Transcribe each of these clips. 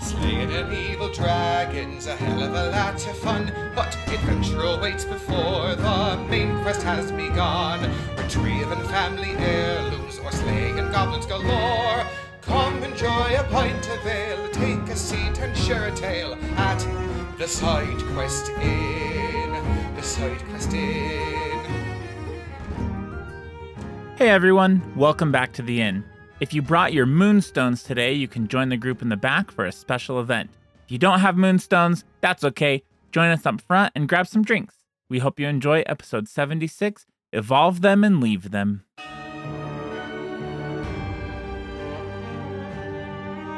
Slaying an evil dragon's a hell of a lot of fun, but adventure awaits before the main quest has begun. Retrieving family heirlooms or slaying goblins galore. Come enjoy a pint of ale, take a seat and share a tale at the Side Quest Inn. The Side Quest Inn. Hey everyone, welcome back to the inn. If you brought your moonstones today, you can join the group in the back for a special event. If you don't have moonstones, that's okay. Join us up front and grab some drinks. We hope you enjoy episode 76 Evolve Them and Leave Them.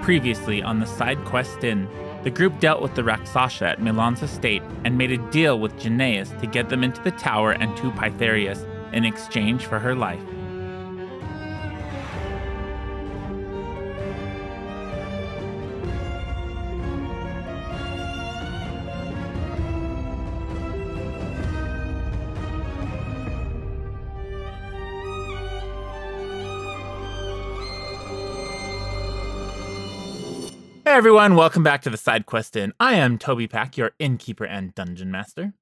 Previously on the side quest inn, the group dealt with the Raksasha at Milan's estate and made a deal with Janaeus to get them into the tower and to Pytherius in exchange for her life. Hey everyone, welcome back to the Side Quest Inn. I am Toby Pack, your innkeeper and dungeon master.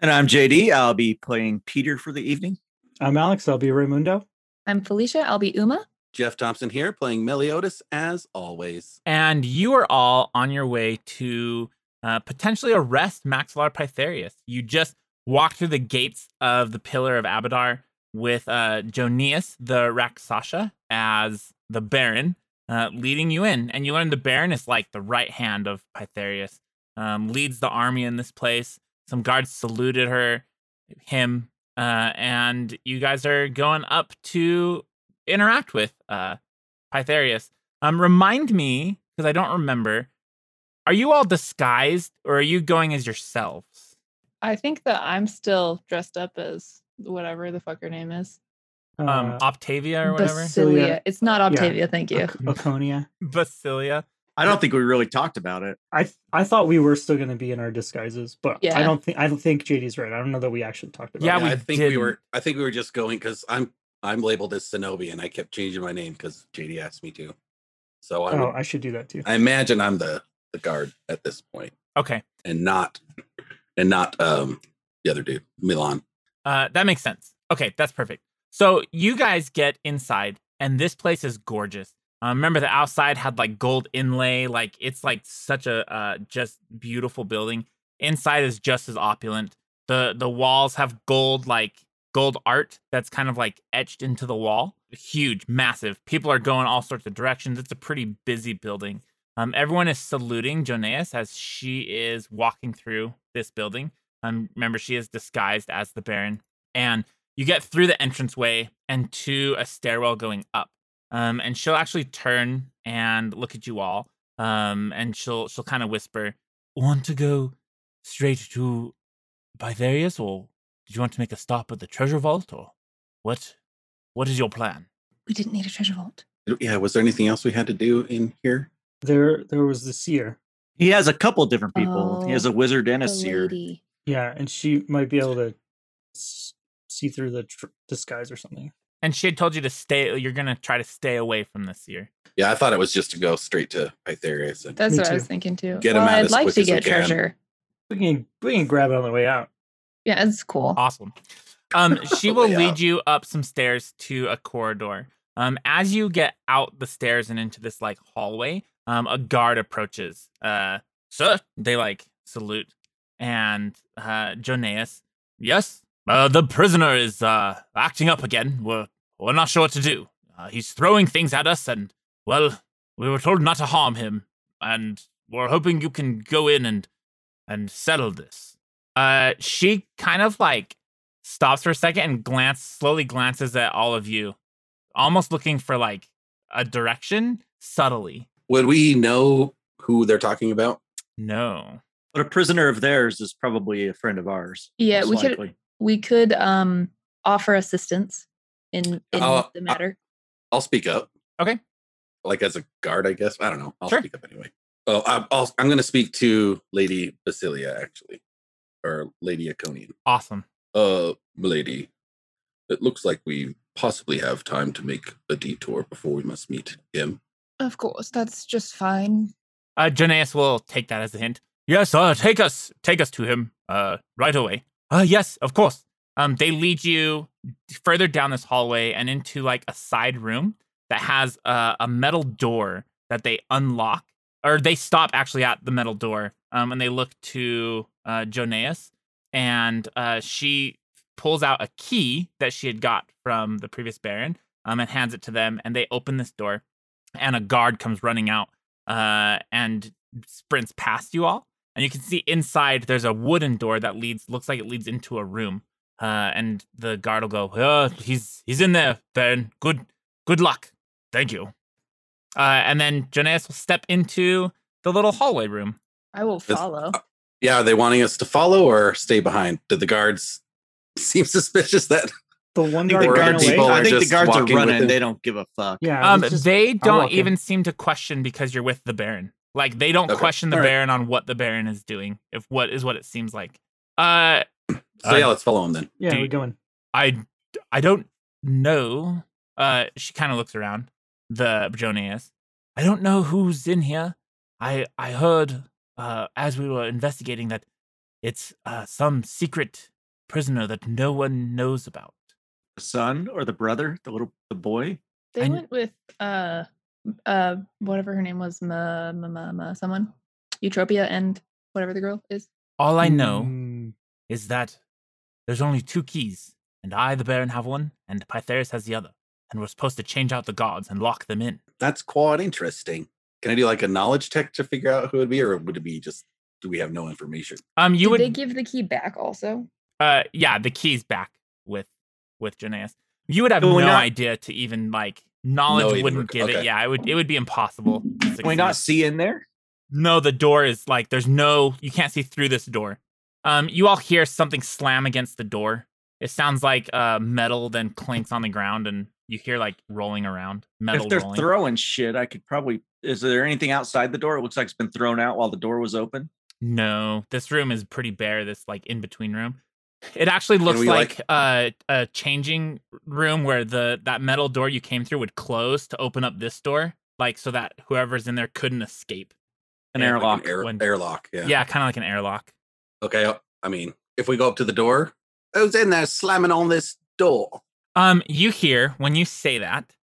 And I'm JD. I'll be playing Peter for the evening. I'm Alex. I'll be Raimundo. I'm Felicia. I'll be Uma. Jeff Thompson here, playing Meliodas as always. And you are all on your way to uh, potentially arrest Maxlar Pytherius. You just walked through the gates of the Pillar of Abadar with uh, Jonias the Raksasha as the Baron uh, leading you in. And you learn the Baron is like the right hand of Pytherius, um, leads the army in this place. Some guards saluted her, him, uh, and you guys are going up to interact with uh, Pytherius. Um, remind me, because I don't remember, are you all disguised or are you going as yourselves? I think that I'm still dressed up as whatever the fuck her name is. Um, Uh, Octavia or whatever? Basilia. Basilia. It's not Octavia. Thank you. Ac- Aconia. Basilia. I don't think we really talked about it. I th- I thought we were still going to be in our disguises, but Yeah. I don't think I don't think JD's right. I don't know that we actually talked about. Yeah, it. we I think we didn't. were. I think we were just going because I'm I'm labeled as Sonobi, and I kept changing my name because JD asked me to. So I, Oh, would, I should do that too. I imagine I'm the the guard at this point, Okay. and not and not um the other dude, Milan. Uh, that makes sense. Okay, that's perfect. So you guys get inside, and this place is gorgeous. Uh, remember, the outside had like gold inlay, like it's like such a uh, just beautiful building. Inside is just as opulent. the The walls have gold, like gold art that's kind of like etched into the wall. Huge, massive. People are going all sorts of directions. It's a pretty busy building. Um, everyone is saluting Jonas as she is walking through this building. Um, remember, she is disguised as the Baron. And you get through the entranceway and to a stairwell going up. Um, and she'll actually turn and look at you all. Um, and she'll she'll kind of whisper, "Want to go straight to Pytherius, or did you want to make a stop at the treasure vault, or what? What is your plan?" We didn't need a treasure vault. Yeah, was there anything else we had to do in here? There there was the seer. He has a couple different people. Oh, he has a wizard and a The seer. lady. Yeah, and she might be able to s- see through the tr- disguise or something. And she had told you to stay. You're gonna try to stay away from this year. Yeah, I thought it was just to go straight to Pytherius. And That's Me what I too. was thinking too. Get 'em well, out I'd as like quick to as we get can. treasure. We can we can grab it on the way out. Yeah, it's cool. Awesome. Um, she will Yeah. lead you up some stairs to a corridor. Um, as you get out the stairs and into this like hallway, um, a guard approaches. Uh, sir, they like salute, and uh, Jonas, yes, uh, the prisoner is uh acting up again. We're we're not sure what to do. Uh, he's throwing things at us, and well, we were told not to harm him, and we're hoping you can go in and and settle this. Uh, she kind of like stops for a second and glance slowly glances at all of you, almost looking for like a direction subtly. Would we know who they're talking about? No. But a prisoner of theirs is probably a friend of ours. Yeah, most we could- likely. We could um offer assistance in, in Oh, the I- matter. I'll speak up. Okay. Like as a guard, I guess. I don't know. I'll Sure. speak up anyway. Oh, I'm, I'll, I'm going to speak to Lady Basilia, actually, or Lady Aconian. Awesome. Uh, Lady, it looks like we possibly have time to make a detour before we must meet him. of course, that's just fine. Uh, Janaeus will take that as a hint. Yes, uh, take us, take us to him, uh, right away. Uh, yes, of course. Um, they lead you further down this hallway and into like a side room that has uh, a metal door that they unlock, or they stop actually at the metal door. Um, and they look to uh, Jonas, and uh, she pulls out a key that she had got from the previous Baron, um, and hands it to them. And they open this door, and a guard comes running out, uh, and sprints past you all. And you can see inside there's a wooden door that leads, looks like it leads into a room. Uh, and the guard will go, oh, he's he's in there, Baron. Good good luck. Thank you. Uh, and then Jonas will step into the little hallway room. I will That's- uh, follow. Yeah, are they wanting us to follow or stay behind? Did the guards seem suspicious that The one I think the guard, Or ran guards, away. people I are think the just guards are walking with running. him. They don't give a fuck. Yeah, Um, let's just- they don't walk in. even seem to question because you're with the Baron. Like they don't Okay. question the All right. Baron on what the Baron is doing, if what is what it seems like. Uh, So yeah, let's follow him then. yeah, do- we're going. I I don't know. Uh, she kind of looks around. The Joni is. I don't know who's in here. I I heard uh, as we were investigating that it's uh, some secret prisoner that no one knows about. The son or the brother, the little the boy. They I- went with uh uh whatever her name was, ma, ma, ma, ma, someone, Eutropia, and whatever the girl is. All I know Mm, is that there's only two keys, and I, the Baron, have one, and Pytheris has the other. And we're supposed to change out the guards and lock them in. That's quite interesting. Can I do like a knowledge check to figure out who it'd be, or would it be just do we have no information? Um, you Did would, they give the key back also? uh, yeah, the keys back with with Janaeus. You would have Can no we not- idea to even like knowledge No, even wouldn't rec- give it. okay. Yeah, it would it would be impossible. to Can we succeed. not see in there? No, the door is like there's no you can't see through this door. Um, you all hear something slam against the door. It sounds like uh metal then clinks on the ground, and you hear like rolling around metal. if they're rolling. throwing shit, I could probably. Is there anything outside the door? It looks like it's been thrown out while the door was open. No, this room is pretty bare. This like in between room. It actually looks we, like, like- uh, a changing room where the that metal door you came through would close to open up this door, like so that whoever's in there couldn't escape. An Yeah, like an airlock. Like an air- when- airlock. Yeah. Yeah, kind of like an airlock. Okay. I- I mean, if we go up to the door, who's in there slamming on this door? Um, you hear when you say that,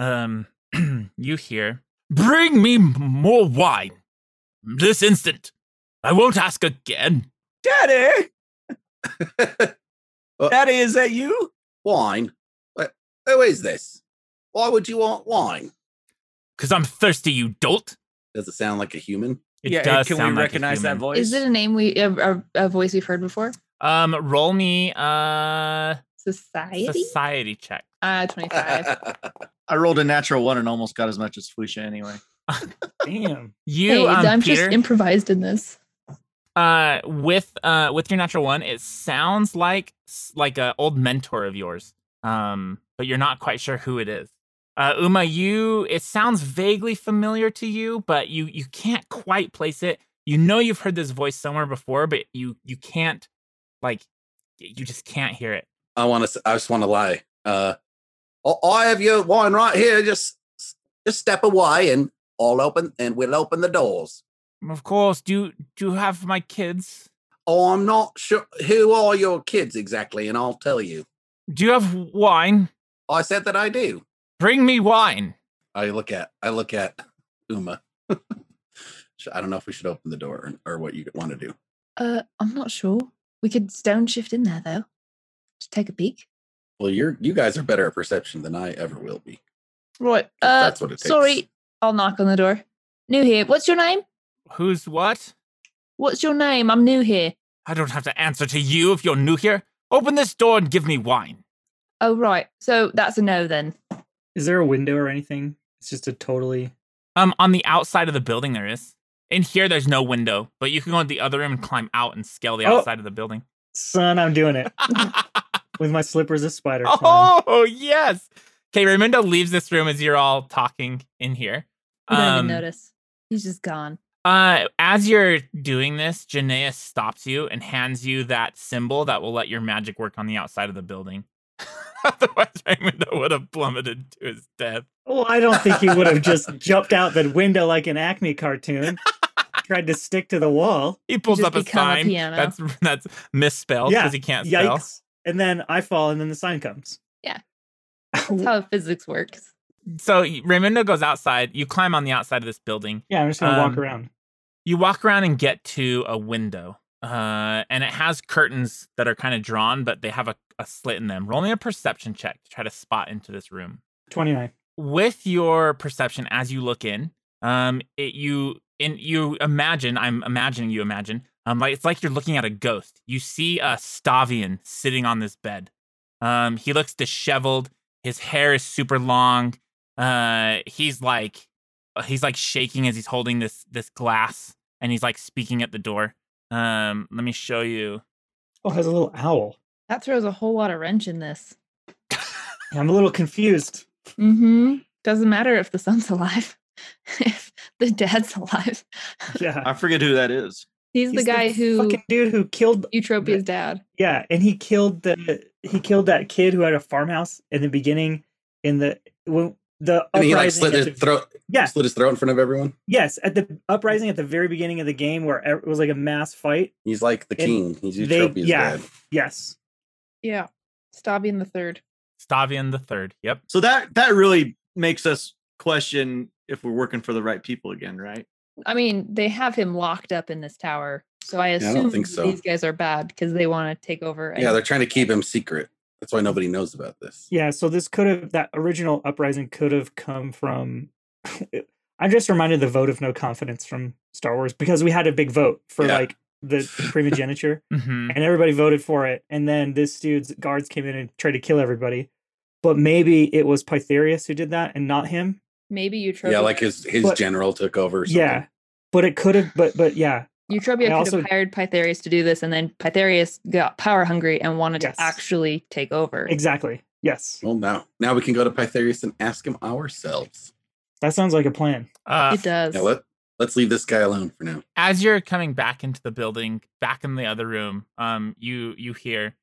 um, you hear, "Bring me m- more wine, this instant. I won't ask again." Daddy, Uh, Daddy, is that you? wine. Wh- Who is this? Why would you want wine? Cause I'm thirsty, you dolt. Does it sound like a human? It yeah. does can sound we like a recognize that human. voice? Is it a name we a, a, a voice we've heard before? Um, roll me uh Society. society check. uh, twenty-five. I rolled a natural one and almost got as much as Felicia anyway. damn. You, hey, um, I'm Peter, just improvised in this. uh, with uh, with your natural one, it sounds like s- like a old mentor of yours. Um, but you're not quite sure who it is. Uh, Uma, you it sounds vaguely familiar to you, but you you can't quite place it. You know you've heard this voice somewhere before, but you you can't like y- you just can't hear it. I want to. I just want to lie. Uh, I- I have your wine right here. Just, just step away, and I'll open, and we'll open the doors. Of course, do do you have my kids? I'm not sure who are your kids exactly, and I'll tell you. Do you have wine? I said that I do. Bring me wine. I look at. I look at Uma. Sh- I don't know if we should open the door or, or what you want to do. Uh, I'm not sure. We could stone shift in there though. Just take a peek. Well, you're you guys are better at perception than I ever will be. Right. Uh, that's what it takes. Sorry, I'll knock on the door. New here. What's your name? Who's what? What's your name? I'm new here. I don't have to answer to you if you're new here. Open this door and give me wine. Oh right. So that's a no then. Is there a window or anything? It's just a totally. Um, on the outside of the building there is. In here there's no window, but you can go into the other room and climb out and scale the Oh. outside of the building. Son, I'm doing it with my slippers as spider. climb. oh yes. Okay, Raimundo leaves this room as you're all talking in here. You don't even Um, notice. He's just gone. Uh, as you're doing this, Janaea stops you and hands you that symbol that will let your magic work on the outside of the building. Otherwise, Raimundo would have plummeted to his death. Well, I don't think he would have just jumped out the window like an Acme cartoon. tried to stick to the wall. He pulls just up a become a sign. piano. that's that's misspelled Yeah, because he can't spell. Yikes. And then I fall, and then the sign comes. Yeah. That's how physics works. So Raimundo goes outside. You climb on the outside of this building. yeah, I'm just gonna walk Um, around. You walk around and get to a window. Uh, and it has curtains that are kind of drawn, but they have a, a slit in them. Roll me a perception check to try to spot into this room. Twenty nine. with your perception as you look in um it, you and you imagine i'm imagining you imagine um like it's like you're looking at a ghost you see a stavian sitting on this bed um he looks disheveled his hair is super long uh he's like he's like shaking as he's holding this this glass and he's like speaking at the door um let me show you Oh, it has a little owl. That throws a whole lot of wrench in this. I'm a little confused. Mm-hmm. Doesn't matter if the son's alive, if the dad's alive. Yeah, I forget who that is. He's, the guy who fucking dude who killed. Eutropia's dad. Yeah, and he killed the he killed that kid who had a farmhouse in the beginning. In the when the And he like uprising slit at his the- throat, Yeah, slit his throat in front of everyone. yes, at the uprising at the very beginning of the game where e, it was like a mass fight. He's like the king. And He's they- Eutropia's yeah. dad. Yes, Yeah. Stabian the third. stavian the third yep So that that really makes us question if we're working for the right people again, right? I mean, they have him locked up in this tower. So I I don't assume think so. these guys are bad because they want to take over. Yeah, and- they're trying to keep him secret. That's why nobody knows about this. yeah. So this could have that original uprising could have come from. I'm just reminded of the vote of no confidence from Star Wars because we had a big vote for Yeah. like the primogeniture. mm-hmm. and everybody voted for it. And then this dude's guards came in and tried to kill everybody. But maybe it was Pytherius who did that and not him. Maybe Eutropia. Yeah, like his his But- general took over. Or something. Yeah. But it could have, but, but yeah. Eutropia I could also- have hired Pytherius to do this, and then Pytherius got power hungry and wanted Yes. to actually take over. Exactly. Yes. Well, now now we can go to Pytherius and ask him ourselves. That sounds like a plan. uh, It does. Yeah, let let's leave this guy alone for now. as you're coming back into the building, back in the other room, um, you you hear,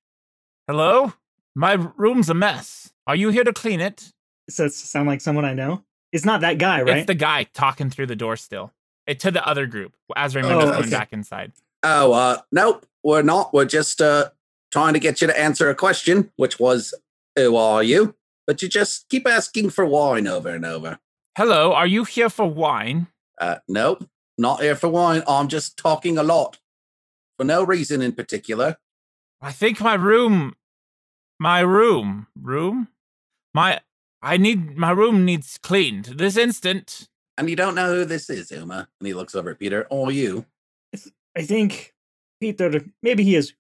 "Hello, my room's a mess. Are you here to clean it?" So it's sound like someone I know. It's not that guy, It's right? the guy talking through the door still. It to the other group as Raymundo's Oh, coming okay. back inside. Oh, uh, nope, we're not. We're just uh, trying to get you to answer a question, which was, "Who are you?" But you just keep asking for wine over and over. Hello, are you here for wine? Uh, nope, not here for wine. I'm just talking a lot for no reason in particular. I think my room, my room, room, my I need my room needs cleaned this instant. And you don't know who this is, Uma. And he looks over at Peter or you. I think Peter, maybe he is.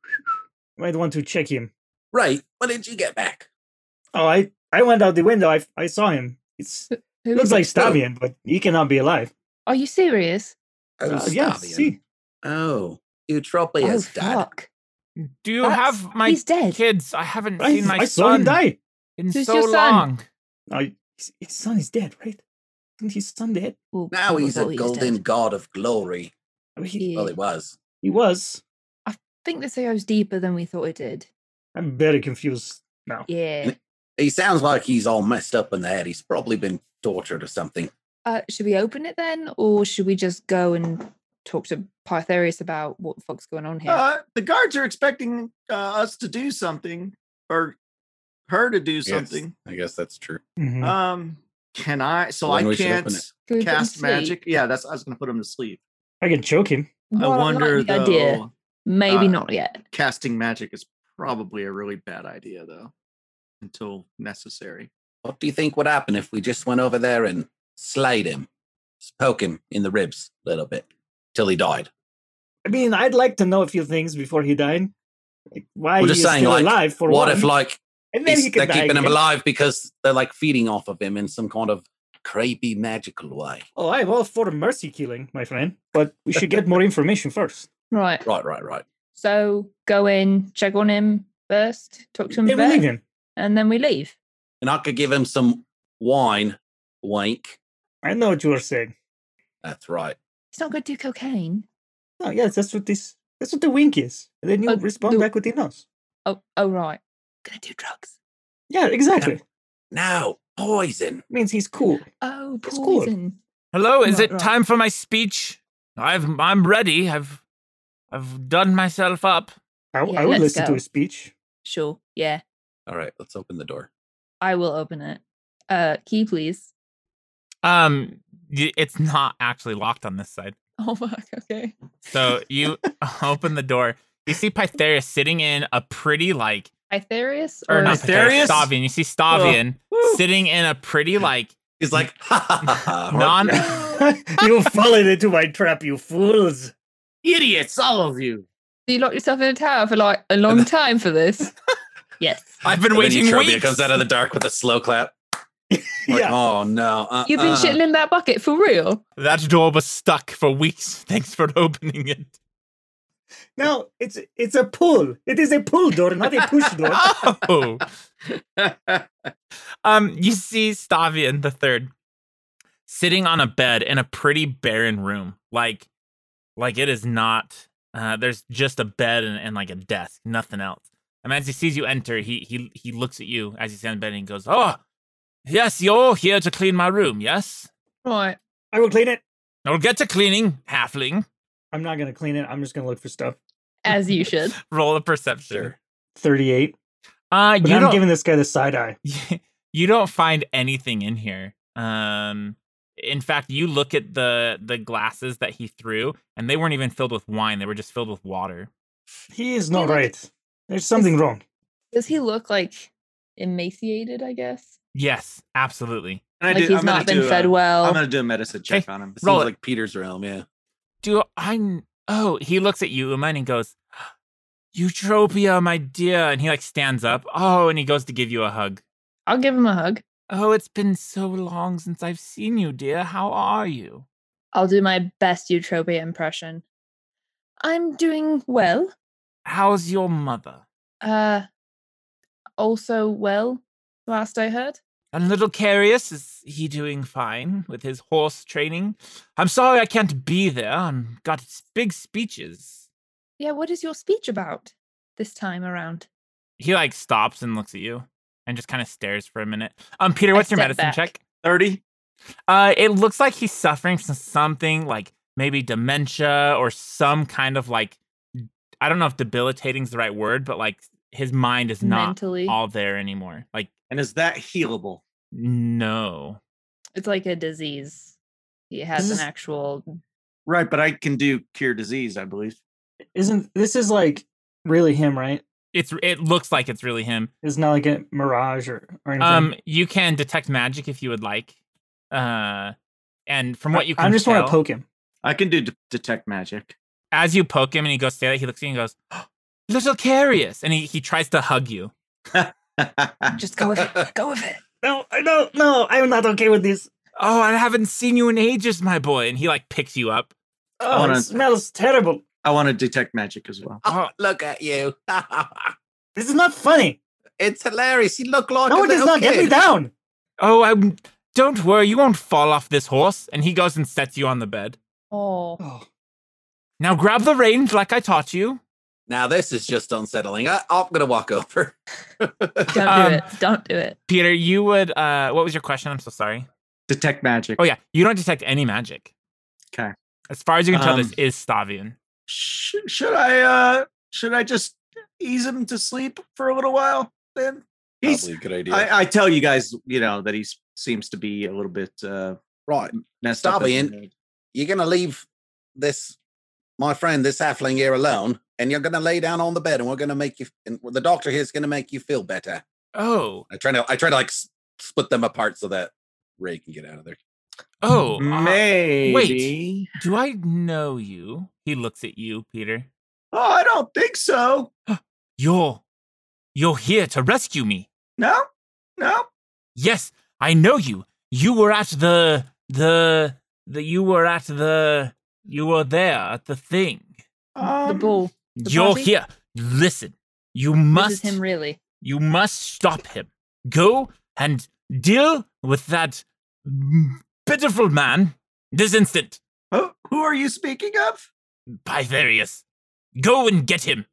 Might want to check him. Right? When did you get back? Oh, I, I went out the window. I, I saw him. It's, it Who- looks like Stavian, but he cannot be alive. Are you serious? Oh, Uh, yeah, Stavian. see. Oh, Eutropia's dad. Oh, fuck. Do you That's- have my He's dead. kids? I haven't I, seen my I saw son him die. in Who's so your son? long. Oh, his, his son is dead, right? Isn't his son dead? Well, Now he's a probably golden dead. god of glory. I mean, he, He- Well, he was. he was. I think this goes deeper than we thought it did. I'm very confused now. Yeah. He sounds like he's all messed up in the head. He's probably been tortured or something. Uh, should we open it then, or should we just go and talk to Pytherius about what the fuck's going on here? Uh, the guards are expecting uh, us to do something or her to do something. I guess that's true. Mm-hmm. Mm-hmm. Mhm. Um, can I? So Then I we should open can't Can we put him to cast sleep? magic. Yeah, that's I was gonna put him to sleep. I can choke him. Well, I like wonder the though. idea. Maybe uh, not yet. Casting magic is probably a really bad idea though, until necessary. What do you think would happen if we just went over there and slayed him? Just poke him in the ribs a little bit till he died. I mean, I'd like to know a few things before he died. Like why We're he just is saying, still like, alive for what one, if, like, and he's- could they're die keeping him again. alive because they're like feeding off of him in some kind of creepy magical way? Oh, I'm all for mercy killing, my friend. But we should get more information first. Right. Right, right, right. So go in, check on him first, talk to him, Then we back, leave him. and then we leave. And I could give him some wine. Wink. I know what you are saying. That's right. He's not going to do cocaine. Oh, yes, that's what this. That's what the wink is. And then you Uh, respond the- back with the nose. Oh, oh right. Going to do drugs. Yeah, exactly. Now, poison. means he's cool. Oh, It's cool. poison. Hello, is Right, it right. time for my speech? I've I'm ready. I've I've done myself up. I, Yeah, I would let's listen go. to a speech. Sure. Yeah. All right, let's open the door. I will open it. Uh, key, please. Um, y- it's not actually locked on this side. Oh fuck. Okay. So you open the door. You see Pytherius sitting in a pretty like Itherius or or not Pytherius? Pytherius, Stavian. You see Stavian Woo. sitting in a pretty like He's like, ha ha ha. ha. non you fallen into my trap, you fools. Idiots, all of you. you locked yourself in a tower for like a long time for this? yes. I've been And then waiting Eutropia weeks. comes out of the dark with a slow clap. Like, yeah. Oh no. Uh, You've been Uh-uh. shitting in that bucket for real. that door was stuck for weeks. Thanks for opening it. No, it's it's a pull. It is a pull door, not a push door. Oh. um, you see Stavian the third sitting on a bed in a pretty barren room. Like, like it is not. Uh, there's just a bed and, and like a desk, nothing else. And as he sees you enter, he he he looks at you as he's on the bed and he goes, "Oh, yes, you're here to clean my room. Yes, Right. I will clean it. I'll get to cleaning, halfling. I'm not gonna clean it. I'm just gonna look for stuff. As you should. Roll a perception. Sure. Thirty-eight. Uh, But you I'm don't giving this guy the side eye. you don't find anything in here. Um, in fact, you look at the the glasses that he threw, and they weren't even filled with wine; they were just filled with water. He is not Yeah, right. There's something wrong. Does he look like emaciated, I guess? Yes, absolutely. I Like he's gonna not been do fed a, well. I'm gonna do a medicine check on him. This Roll seems it. like Peter's realm, yeah. Do I? Oh, he looks at you, Uman, and goes, "Eutropia, my dear," and he like stands up. Oh, and he goes to give you a hug. I'll give him a hug. Oh, it's been so long since I've seen you, dear. How are you? I'll do my best Eutropia impression. I'm doing well. How's your mother? Uh, also well. Last I heard. And little Carius, is he doing fine with his horse training? I'm sorry I can't be there. I'm got s- big speeches. Yeah. What is your speech about this time around? He like stops and looks at you and just kind of stares for a minute. Um, Peter, what's your step medicine back. check? Thirty. Uh, it looks like he's suffering from something like maybe dementia or some kind of like I don't know if debilitating is the right word, but like his mind is not Mentally, all there anymore. Like And is that healable? no, it's like a disease. He has an actual. Right, but I can do cure disease, I believe. Isn't this is like really him, right? it's it looks like it's really him. It's not like a mirage or, or anything. Um, you can detect magic if you would like. Uh, and from what you can I just tell, want to poke him. I can do d- detect magic. as you poke him and he goes stay there, he looks at you and goes, "Little Carius," and he he tries to hug you. Just go with it. Go with it. No, I don't. No, I'm not okay with this. Oh, I haven't seen you in ages, my boy. And he like picks you up. Oh, wanna- it smells terrible. I want to detect magic as well. Uh-huh. Oh, look at you. This is not funny. it's hilarious. You look like no, a it does little not. kid. Get me down. Oh, I'm. Don't worry, you won't fall off this horse. And he goes and sets you on the bed. Oh, Oh, Now grab the reins like I taught you. Now this is just unsettling. I, I'm gonna walk over. don't Um, do it. Don't do it. Peter, you would. Uh, what was your question? I'm so sorry. Detect magic. Oh yeah, you don't detect any magic. 'Kay. As far as you can tell, Um, this is Stavian. Sh- should I? uh Should I just ease him to sleep for a little while? Then he's. Probably a good idea. I, I tell you guys, you know that he seems to be a little bit uh right, messed up. Stop, as a Ian. nerd. you're gonna leave this, my friend, this halfling here alone, and you're gonna lay down on the bed, and we're gonna make you. And the doctor here is gonna make you feel better. Oh, I try to. I try to like s- split them apart so that Ray can get out of there. oh, uh, Maybe. Do I know you? He looks at you, Peter. Oh, I don't think so. You're you're here to rescue me. No, no. Yes, I know you. You were at the the the you were at the you were there at the thing. the Um, ball. The you're party? here. Listen. You must This is him really. you must stop him. Go and deal with that pitiful man this instant, Who, who are you speaking of? Pytherius. Go and get him.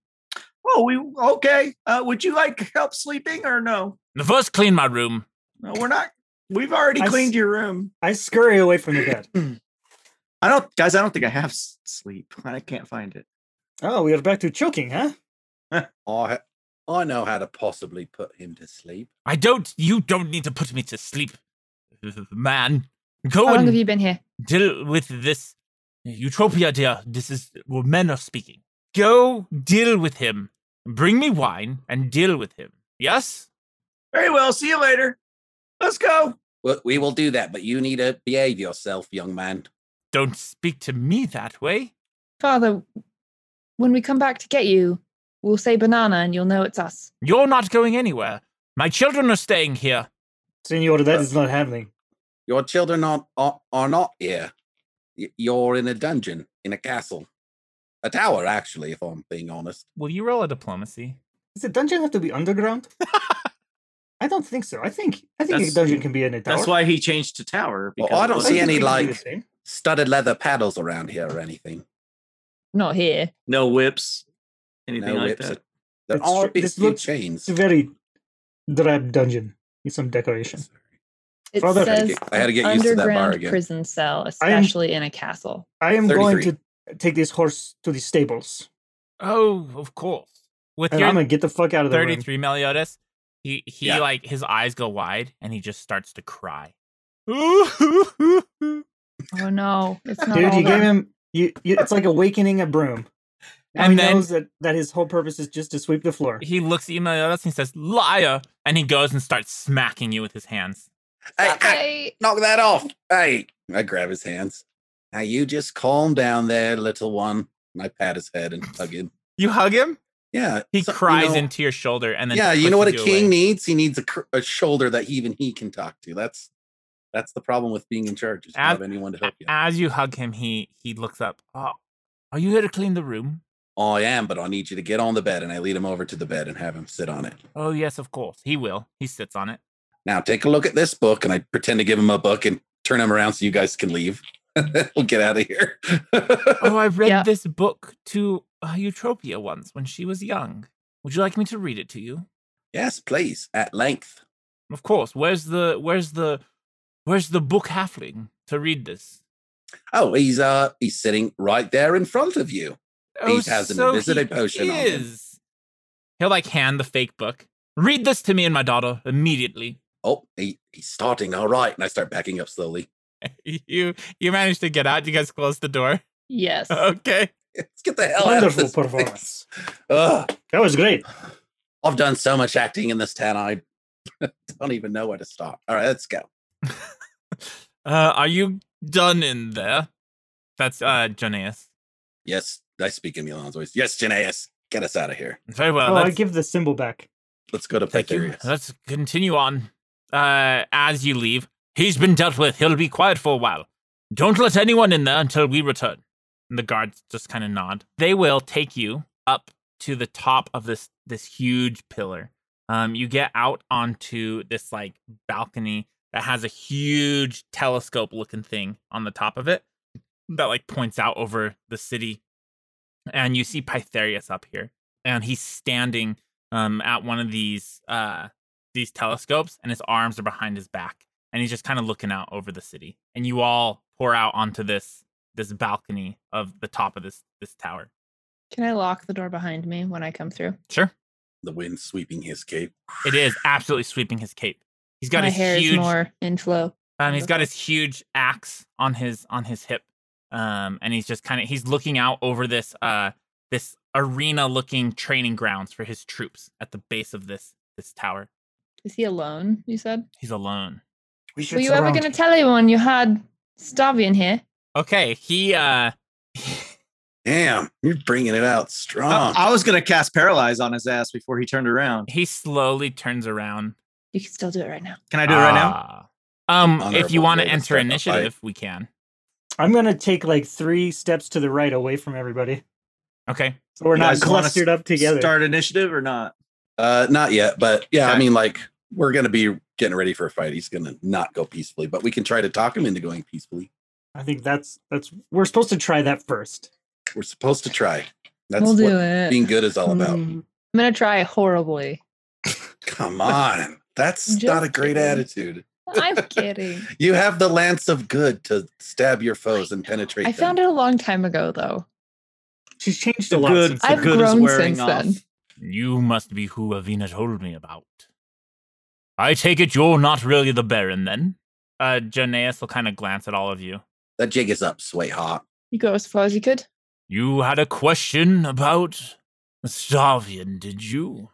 Oh, we okay. Uh, would you like help sleeping or no? First clean my room. No, we're not. We've already I s- cleaned your room. I scurry away from the bed. I don't, guys. I don't think I have s- sleep. I can't find it. Oh, we are back to choking, huh? I, I know how to possibly put him to sleep. I don't. You don't need to put me to sleep, man. Go How long have and you been here? deal with this utopia, dear. This is where men are speaking. Go deal with him. Bring me wine and deal with him. Yes. Very well. See you later. Let's go. Well, we will do that, but you need to behave yourself, young man. Don't speak to me that way. Father, when we come back to get you, we'll say banana and you'll know it's us. You're not going anywhere. My children are staying here. Senor, that is not happening. Your children are, are, are not here. Y- You're in a dungeon, in a castle. A tower, actually, if I'm being honest. Will you roll a diplomacy? Does the dungeon have to be underground? I don't think so. I think I think That's- a dungeon can be in a tower. That's why he changed to tower. Well, because I it don't I was- see think any, it can be the like- same. Studded leather paddles around here or anything. Not here. no whips, anything no like whips. that. There That's are true. a bit This few looks- chains. It's a very drab dungeon with some decoration. It Father- I had to says get- I had to an get used to that bar underground again. prison cell, especially in a castle. I am going 33. to take this horse to the stables, Oh, of course. With and your I'm gonna get the fuck out of there. 33 Meliodas, he he Yeah. like his eyes go wide and he just starts to cry. Oh no, it's not dude. all You gave them. him. You, you, it's like awakening a broom. Now And he then- knows that, that his whole purpose is just to sweep the floor. he looks at you, Meliodas, and he says, "Liar!" And he goes and starts smacking you with his hands. Hey, hey, Okay. knock that off. Hey, I grab his hands. Now you just calm down there, little one. And I pat his head and hug him. You hug him. Yeah. He so- you cries know- into your shoulder, and then yeah you know what a pushes you king away. needs he needs a, cr- a shoulder that even he can talk to that's that's the problem with being in charge is you don't Ab- have anyone to help you A- As you hug him, he he looks up. Oh, are you here to clean the room? Oh, i am but i need you to get on the bed and i lead him over to the bed and have him sit on it Oh yes, of course. He will. He sits on it. now take a look at this book and i pretend to give him a book and turn him around so you guys can leave we'll get out of here Oh, I read Yeah. this book to uh, Eutropia once when she was young. Would you like me to read it to you? yes please at length Of course. Where's the where's the where's the book halfling to read this? oh he's uh he's sitting right there in front of you He has an invisible potion on him. Oh, is. He'll like hand the fake book. Read this to me and my daughter immediately. oh he, he's starting all right and i start backing up slowly you you managed to get out. You guys closed the door. Yes. Okay. let's get the hell Wonderful out of this place. performance. Ugh. That was great. Oh, I've done so much acting in this town, I don't even know where to start. All right, let's go. Uh, are you done in there? That's uh Janaeus. Yes, I speak in Milan's voice. Yes, Janaeus, get us out of here. Very well. oh, I let's- give the symbol back. Let's go to Thank you. Pytherius. Let's continue on. Uh, as you leave, he's been dealt with. He'll be quiet for a while. Don't let anyone in there until we return. And the guards just kind of nod. They will take you up to the top of this this huge pillar. Um, you get out onto this like balcony that has a huge telescope looking thing on the top of it that like points out over the city. And you see Pytherius up here, and he's standing um at one of these uh these telescopes and his arms are behind his back and he's just kind of looking out over the city and you all pour out onto this this balcony of the top of this this tower Can I lock the door behind me when I come through? sure The wind sweeping his cape. it is absolutely sweeping his cape he's got My his hair huge is more in flow. Um, he's got his huge axe on his on his hip, um, and he's just kind of he's looking out over this uh this arena looking training grounds for his troops at the base of this this tower. Is he alone? You said. He's alone. We should Were you ever surround- going to tell anyone you had Stavian here? Okay, he uh Damn, you're bringing it Oh, out strong. I, uh, I was gonna cast paralyze on his ass before he turned around. he slowly turns around. You can still do it right now. Can I do it right now? now. Um, if you Honorable want to way to enter start a fight. initiative, we can. I'm gonna take like three steps to the right away from everybody, Okay, so we're You not guys wanna clustered up together. Start initiative or not? uh, not yet, but yeah, I Okay. mean, like, we're going to be getting ready for a fight. He's going to not go peacefully, but we can try to talk him into going peacefully. I think that's that's we're supposed to try that first. We're supposed to try. That's we'll do what it. being good is all about. Mm. I'm gonna try horribly. Come on. That's Just not a great kidding. attitude. I'm kidding. You have the lance of good to stab your foes and penetrate. I found it a long time ago, though. She's changed The a lot. good, since the I've then. good grown is wearing since off. then. You must be who Avina told me about. I take it you're not really the Baron, then? Uh, Janaeus will kind of glance at all of you. That jig is up, sweetheart. You go as far as you could. You had a question about Stavian, did you?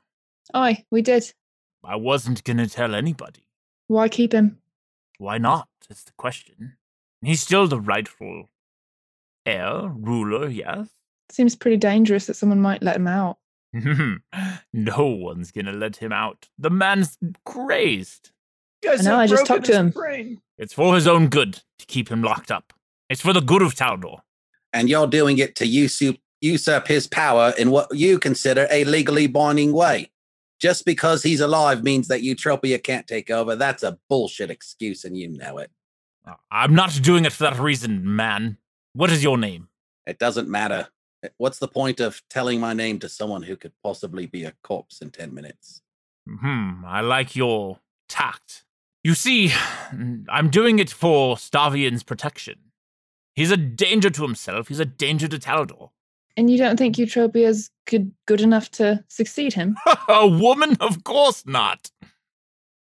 Aye, Oh, we did. I wasn't gonna tell anybody. Why keep him? Why not? Is the question. He's still the rightful heir, ruler, yes? Seems pretty dangerous that someone might let him out. no one's gonna let him out. The man's crazed. You guys I know, have I just broken talked to his him. brain. It's for his own good to keep him locked up. It's for the good of Taldor. And you're doing it to usurp, usurp his power in what you consider a legally binding way. Just because he's alive means that Eutropia can't take over. That's a bullshit excuse, and you know it. I'm not doing it for that reason, man. What is your name? It doesn't matter. Eh, What's the point of telling my name to someone who could possibly be a corpse in 10 minutes? Hmm, I like your tact. You see, I'm doing it for Stavian's protection. He's a danger to himself, he's a danger to Taldor. And you don't think Eutropia's good good enough to succeed him? a woman? Of course not.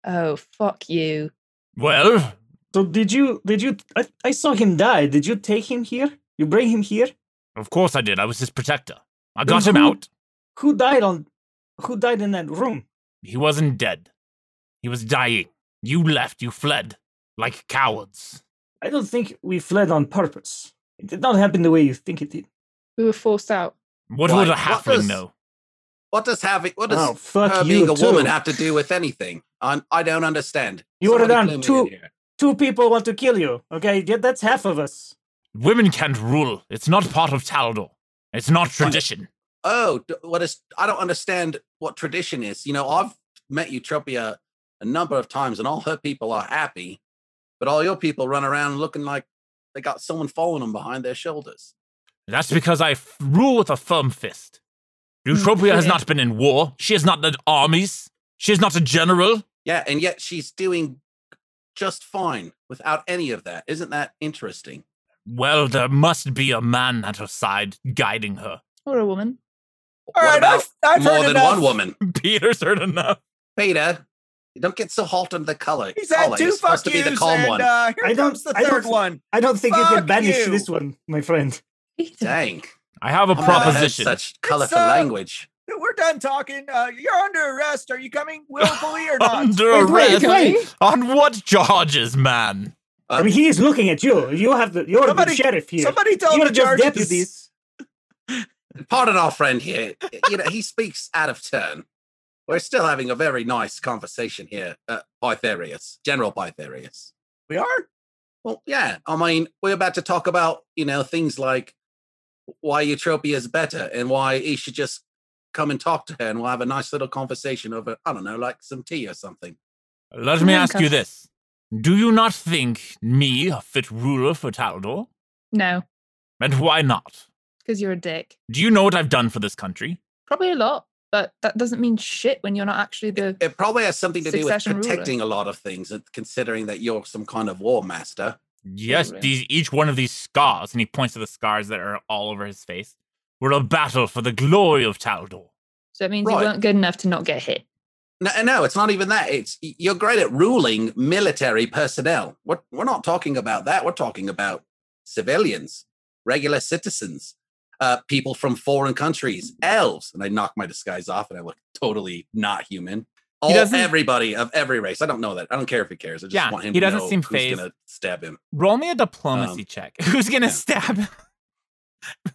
Oh, fuck you. Well, So did you? Did you? I, I saw him die. Did you take him here? You bring him here? of course I did. I was his protector. I Then got him who- out. Who died on? Who died in that room? He wasn't dead. He was dying. You left. You fled. Like cowards. I don't think we fled on purpose. It did not happen the way you think it did. We were forced out. What Why, would a what halfling does- know? What does having what does oh fuck her you being a too. woman have to do with anything? I, I don't understand. You would've Somebody done clue me in two- here. Two people want to kill you. Okay, yeah, that's half of us. Women can't rule. It's not part of Taldor. It's not tradition. Oh, d- what is? I don't understand what tradition is. You know, I've met Eutropia a number of times, and all her people are happy, but all your people run around looking like they got someone following them behind their shoulders. That's because I f- rule with a firm fist. Eutropia has Okay. not been in war. She has not led armies. She is not a general. Yeah, and yet she's doing just fine without any of that. Isn't that interesting? Well, there must be a man at her side guiding her. Or a woman. All What right, about I've, I've More heard than enough. one woman. Peter's heard enough. Peter, don't get so hot on the color. He's had color. You're two fuck supposed to be the yous, calm and one. uh, here I don't- comes the I don't third th- one. I don't think you Fuck can banish you. this one, my friend. Dang, I have a I've never heard proposition. Such colorful uh, language. We're done talking. Uh, you're under arrest. Are you coming willfully or not? Under Wait, wait, arrest wait. on what charges, man? I mean, he is looking at you. You have the you're Somebody- the sheriff here. Somebody tell You're the just charges. deputies. Pardon our friend here. you know, he speaks out of turn. We're still having a very nice conversation here, uh, Pytherius, General Pytherius. We are. Well, yeah, I mean, we're about to talk about, you know, things like why Eutropia is better and why he should just come and talk to her and we'll have a nice little conversation over, I don't know, like some tea or something. Let me ask you Handcuffs. this. Do you not think me a fit ruler for Taldor? No, And why not? because you're a dick. Do you know what I've done for this country? Probably a lot, but that doesn't mean shit when you're not actually the. It probably has something to do with Succession ruler. protecting a lot of things, and considering that you're some kind of war master. Yes, Totally. these each one of these scars, and he points to the scars that are all over his face, were a battle for the glory of Taldor. So that means Right. you weren't good enough to not get hit. No, no, it's not even that. It's y- you're great at ruling military personnel. We're, we're not talking about that. We're talking about civilians, regular citizens, uh, people from foreign countries, elves. And I knock my disguise off, and I look totally not human. All doesn't- everybody of every race. I don't know that. I don't care if he cares. I just Yeah, want him. he to doesn't know seem who's fazed. Gonna stab him. Roll me a diplomacy Um, check. Who's gonna yeah. stab?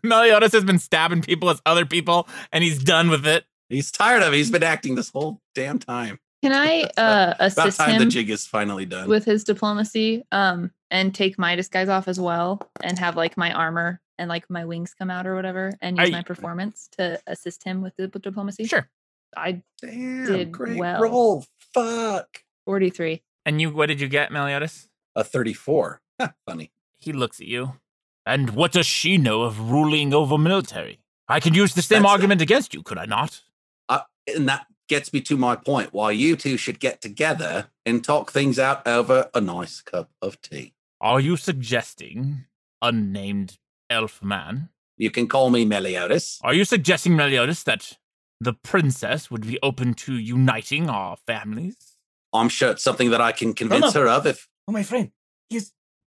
Meliodas has been stabbing people as other people, and he's done with it. He's tired of. it. He's been acting this whole damn time. Can I That's uh, About assist time the him jig is finally done. with his diplomacy um, and take my disguise off as well and have like my armor and like my wings come out or whatever and use I- my performance to assist him with the dip- diplomacy? Sure. I Damn, did great well. roll. Fuck. 43. And you, what did you get, Meliodas? A 34. Huh, Funny. He looks at you. And what does she know of ruling over military? I could use the same That's- argument against you, could I not? In that gets me to my point why you two should get together and talk things out over a nice cup of tea. Are you suggesting unnamed elf man? You can call me Meliodas. Are you suggesting, Meliodas, that the princess would be open to uniting our families? I'm sure it's something that I can convince her of if Oh, my friend, he's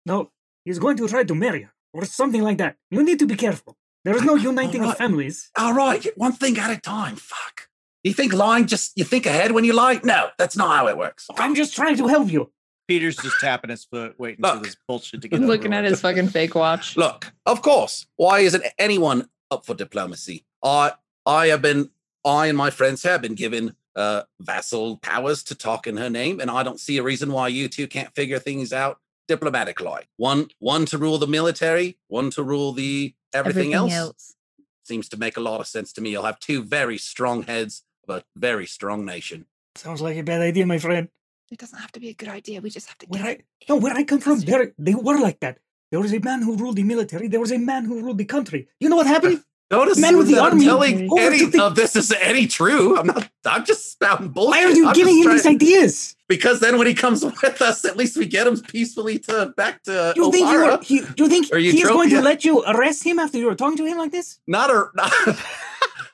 no, he's going to try to marry her or something like that. You need to be careful. There is no uniting Alright. of families. all right, one thing at a time. Fuck. You think lying just you think ahead when you lie? No, that's not how it works. I'm just trying to help you. Peter's just tapping his foot, waiting for Look. this bullshit to get. Looking over at with. his fucking fake watch. Look, of course, why isn't anyone up for diplomacy? I I have been I and my friends have been given uh vassal powers to talk in her name, and I don't see a reason why you two can't figure things out diplomatically. One one to rule the military, one to rule the everything, else. Seems to make a lot of sense to me. You'll have two very strong heads of a very strong nation. Sounds like a bad idea, my friend. It doesn't have to be a good idea. We just have to Where get I it. no, where I come from, there they were like that. There was a man who ruled the military. There was a man who ruled the country. You know what happened? Notice Men with the that I'm army telling overtook any the- of this is any true. I'm not. I'm just spouting bullshit. Why are you I'm giving just him trying- these ideas? Because then when he comes with us, at least we get him peacefully to back to You think you, are, Opara. he, you think Uh, Are you he is going to Tropia? let you arrest him after you were talking to him like this? Not a, not,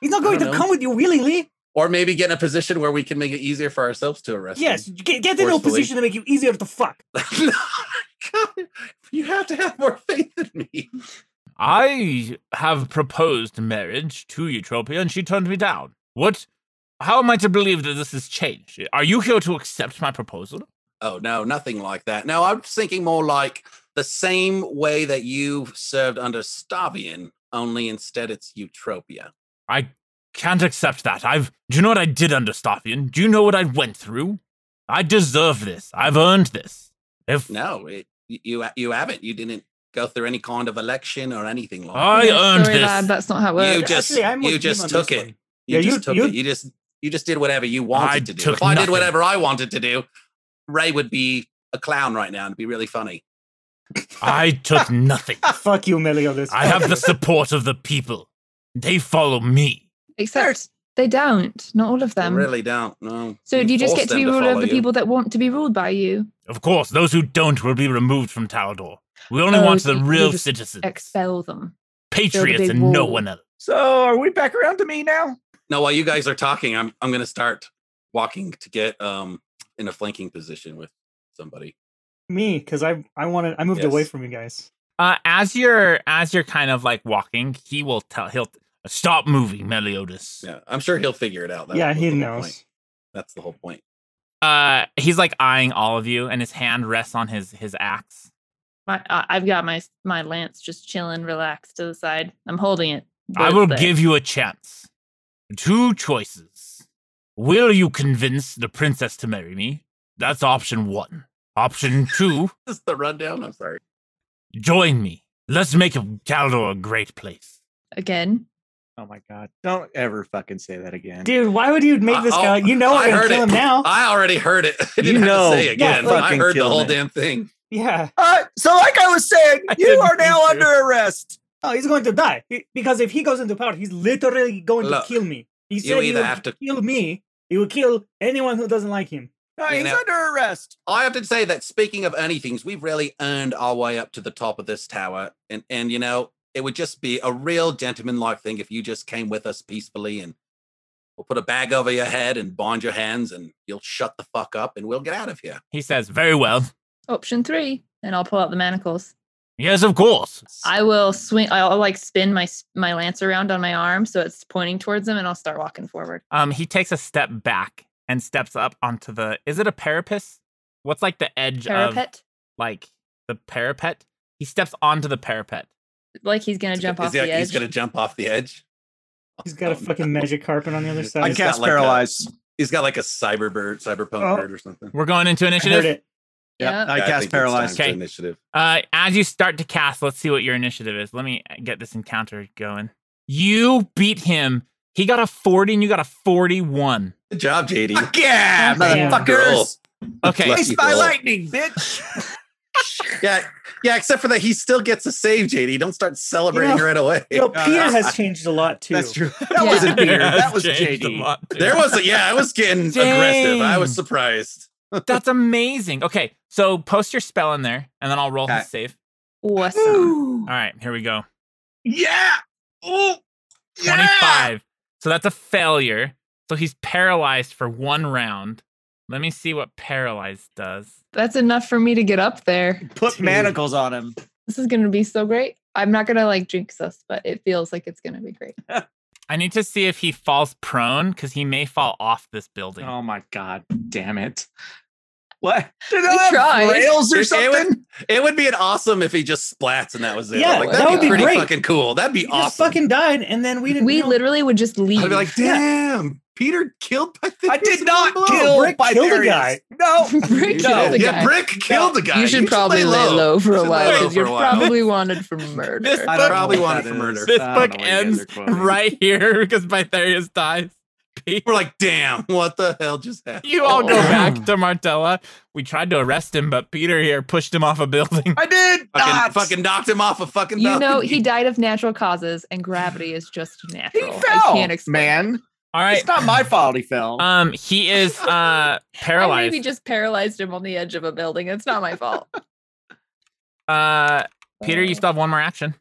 He's not I going to don't know. come with you willingly. or maybe get in a position where we can make it easier for ourselves to arrest. Yes, him. get, get in a forcefully. position to make you easier to fuck. No, God, you have to have more faith in me. I have proposed marriage to Eutropia and she turned me down. What? How am I to believe that this has changed? Are you here to accept my proposal? Oh no, nothing like that. No, I'm thinking more like the same way that you served under Stavian, only instead it's Eutropia. I can't accept that. I've. Do you know what I did under Stavian? Do you know what I went through? I deserve this. I've earned this. If No, it, y- you you haven't. You didn't go through any kind of election or anything like that. I Yeah, earned sorry, this. lad, that's not how it You works. just- you with him just on took this it. one. You Yeah, just you- took you- it. You just you just did whatever you wanted I to do. took If I did nothing. whatever I wanted to do, Ray would be a clown right now and it'd be really funny. I took nothing. Fuck you, Meliodas. I have the support of the people. They follow me. Except they don't. Not all of They them. really don't. No. So do you just force get to them be ruler follow of the you. people that want to be ruled by you? Of course, those who don't will be removed from Talador. We only Oh, want so the you- you real just citizens, Expel them. patriots, big and no wall. one else. So are we back around to me now? No, while you guys are talking, I'm I'm gonna start walking to get um in a flanking position with somebody. me because I I wanted I moved away Yes. from you guys. Uh, as you're as you're kind of like walking, he will tell. He'll stop moving, Meliodas. Yeah. I'm sure he'll figure it out. That yeah, was he the whole point. knows. That's the whole point. Uh, he's like eyeing all of you, and his hand rests on his his axe. My, I, I've got my my lance just chilling, relaxed to the side. I'm holding it. I Both will there. give you a chance. Two choices. Will you convince the princess to marry me? That's option one. Option two, This is the rundown. I'm sorry. join me. Let's make Galdor a great place. again. Oh my god! Don't ever fucking say that again. Dude, why would you make this Oh, guy? You know I I'm gonna heard kill it. Uh, him Oh. now. I already heard it. I didn't have know. to say it Yeah, again. but I fucking heard the killing whole it. damn thing. Yeah. Uh, so like I was saying, I you didn't are now mean under to. arrest. Oh, he's going to die He- because if he goes into power, he's literally going Look, to kill me. He you said he either would have to- kill me. He will kill anyone who doesn't like him. No, You he's know- under arrest. I have to say that speaking of earning things, we've really earned our way up to the top of this tower. And and you know, it would just be a real gentleman-like thing if you just came with us peacefully and we'll put a bag over your head and bind your hands and you'll shut the fuck up and we'll get out of here. He says, Very well. Option three, and I'll pull out the manacles. Yes, of course. I will swing. I'll like spin my s- my lance around on my arm so it's pointing towards him, and I'll start walking forward. Um, he takes a step back and steps up onto the is it a parapet? What's like the edge of Parapet, like the parapet? He steps onto the parapet. like he's gonna Is jump he- off the he's edge. gonna jump off the edge. He's got a Oh, no. fucking magic carpet on the other I side. I just cast got like a- paralyze. He's got like a cyber bird, cyberpunk Oh. bird or something. We're going into I heard initiative. it. Yeah. I Yeah, think cast it's time paralyze. for Okay. Initiative. Uh, as you start to cast, let's see what your initiative is. Let me uh, get this encounter going. You beat him. He got a 40 and you got a 41. Good job, JD. Fuck yeah, Goddamn. Ah, motherfuckers! Girl. Okay. Lucky Faced by girl. lightning, bitch. Yeah, yeah. Except for that, he still gets a save, JD. Don't start celebrating You know- right away. You know, Uh, Peter has changed a lot too. That's true. That wasn't It Peter. has That was changed a JD. lot, dude. There was a yeah. I was getting aggressive. I was Dang. surprised. That's amazing. Okay, so post your spell in there, and then I'll roll Okay. his save. Awesome. All right, here we go. Yeah. Oh. yeah! 25. So that's a failure. So he's paralyzed for one round. Let me see what paralyzed does. That's enough for me to get up there. Put Dude. manacles on him. This is gonna be so great. I'm not gonna like jinx us, but it feels like it's gonna be great. I need to see if he falls prone because he may fall off this building. Oh my god, damn it! What? Did We tried. rails It- or it something? would- It would be an awesome if he just splats and that was it. Yeah, like, that that'd would be be pretty great. fucking cool. That'd be He just awesome. fucking died, and then we didn't. We know. literally would just leave. I'd be like, damn, Peter killed by this. I did not kill Brick by killed a guy. No. Brick killed the "Oh!" yeah, guy. Brick killed the guy. you should probably play lay low, for a should lay while low because for a you're while. probably wanted for murder. This I don't Probably know what wanted that for is. murder. this I don't book know what you guys ends are quoting. right here because Bytherius dies. We're like, damn, what the hell just happened? You all go Oh. back to Martella. We tried to arrest him, but Peter here pushed him off a building. I did Fucking, not. fucking knocked him off a fucking. You know, balcony. he died of natural causes, and gravity is just he natural. I fell, can't explain. man. All right. It's not my fault he fell. Um, he is uh I maybe paralyzed. just paralyzed him on the edge of a building. It's not my fault. Oh, Uh, Peter, you still have one more action.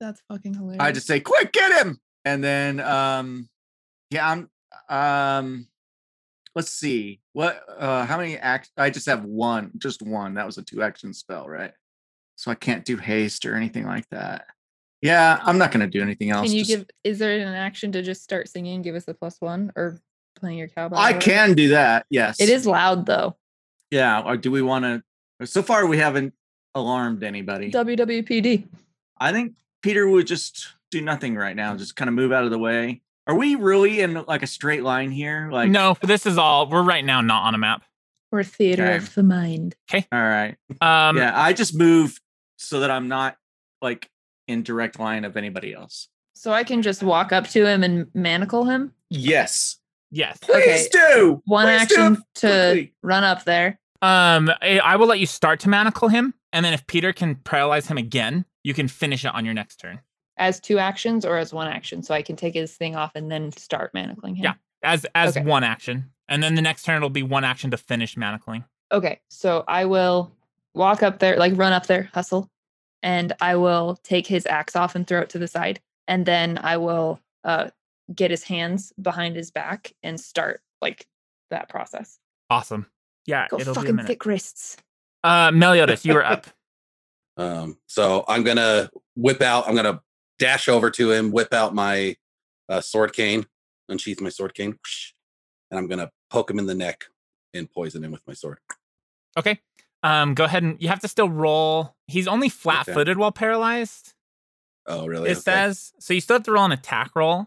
That's fucking hilarious. I just say, quick, get him. And then um yeah, I'm um let's see. What uh how many act I just have one, just one. That was a two action spell, right? So I can't do haste or anything like that. Yeah, I'm not gonna do anything else. Can you just- give? Is there an action to just start singing? Give us a plus one or playing your cowbell. or I whatever? can do that, yes. It is loud though. yeah, or do we wanna so far we haven't alarmed anybody. WWPD. I think Peter would just do nothing right now, just kind of move out of the way. Are we really in like a straight line here? Like no, this is all. We're right now not on a map. Or theater Okay. of the mind. all right. Um, yeah, I just move so that I'm not like in direct line of anybody else. So I can just walk up to him and manacle him. Yes. yes. Okay. Please do. One Please do action it to quickly. run up there. Um, I I will let you start to manacle him, and then if Peter can paralyze him again, you can finish it on your next turn. as two actions or as one action so i can take his thing off and then start manacling him Yeah. As as Okay. one action, and then the next turn it'll be one action to finish manacling. okay so i will walk up there like run up there hustle and i will take his axe off and throw it to the side and then i will uh get his hands behind his back and start like that process Awesome. Yeah, go it'll be a fucking minute. thick wrists Uh, Meliodas, you are up. Um, so I'm gonna whip out. I'm gonna dash over to him, whip out my uh, sword cane, unsheath my sword cane, and I'm gonna poke him in the neck and poison him with my sword. Okay. Um, go ahead and you have to still roll. He's only flat-footed while paralyzed. Oh, It really? Okay. says so. You still have to roll an attack roll,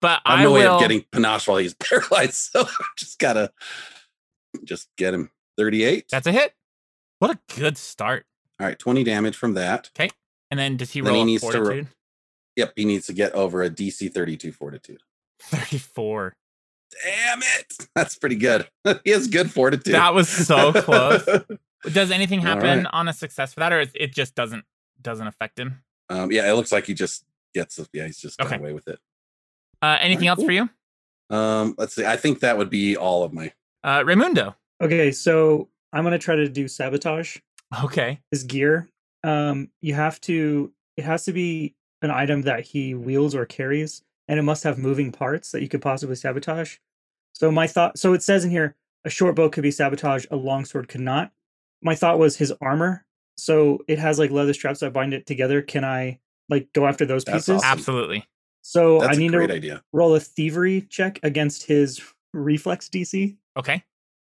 but I have I no will. way of getting panache while he's paralyzed, so I just gotta just get him. 38. That's a hit. What a good start. All right, 20 damage from that. And then does he Then he roll a needs to roll- fortitude? Yep, he needs to get over a DC 32 fortitude. Thirty-four. Damn it. That's pretty good. he has good fortitude. That was so close. Does anything All happen right. on a success for that, or is- it just doesn't doesn't affect him? Um, yeah, it looks like he just gets. Yeah, he's just got Okay. away with it. Uh, anything right, else for cool. you, Um, let's see. I think that would be all of my. uh, Raimundo? Okay, so I'm gonna try to do sabotage. Okay. his gear um you have to it has to be an item that he wields or carries and it must have moving parts that you could possibly sabotage so my thought so it says in here a short bow could be sabotaged a long sword could not my thought was his armor so it has like leather straps that bind it together can i like go after those That's pieces awesome. Absolutely. so That's i need a to great idea. roll a thievery check against his reflex dc Okay.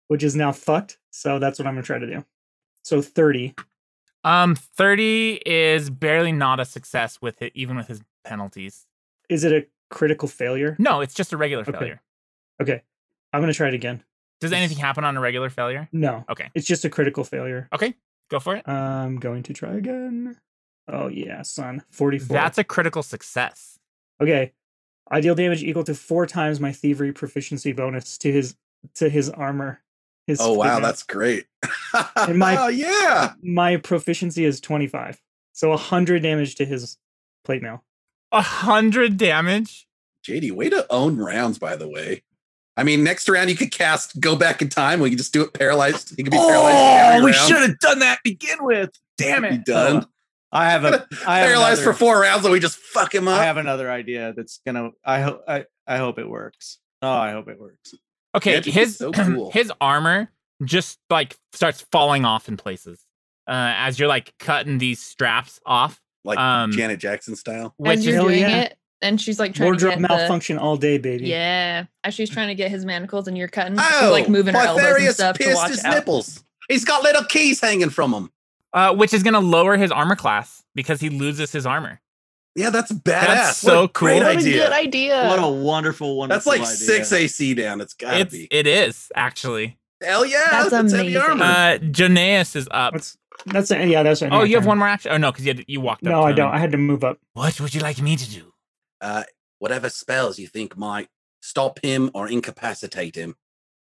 which is now fucked so that's what i'm gonna try to do so 30 Um, thirty is barely not a success with it, even with his penalties. is it a critical failure No, it's just a regular Okay. failure. Okay. I'm going to try it again. Does anything happen on a regular failure? No. Okay. It's just a critical failure. Okay. Go for it. I'm going to try again. Oh, yeah, son. 44. That's a critical success. okay. Ideal damage equal to four times my thievery proficiency bonus to his to his armor. His Oh wow, figure. that's great. And my- oh yeah. my proficiency is twenty five, so hundred damage to his plate mail. A hundred damage. JD, way to own rounds, by the way. I mean, next round you could cast go back in time. We could just do it paralyzed. He could be paralyzed. Oh, we should have done that to begin with. Damn Be it. done. Oh, I have a I have paralyzed another, for four rounds, and we just fuck him up. I have another idea that's gonna. I hope I, I hope it works. Oh, I hope it works. Okay, Magic is his so cool. his armor just like starts falling off in places uh, as you're like cutting these straps off. like um, Janet Jackson style. Which as is you're Hell doing yeah. it, and she's like trying Wardrobe to get the- malfunction all day, baby. yeah, as she's trying to get his manacles, and you're cutting, she's, Oh, Mm, like moving her elbows and Pytherius stuff to pierced watch his out. nipples. He's got little keys hanging from him. uh, which is gonna lower his armor class because he loses his armor. Yeah, that's badass. That's What a so great cool. What a good idea. idea! What a wonderful, wonderful. That's like idea. six AC down. It's gotta It's be. it is actually. Hell yeah, That's heavy amazing. Hmm. armor. Uh, Janaeus is up. That's that's a, yeah. That's Oh, you have one more action. Oh no, because you had, you walked up. No, to I him. don't. I had to move up. What would you like me to do? uh, whatever spells you think might stop him or incapacitate him.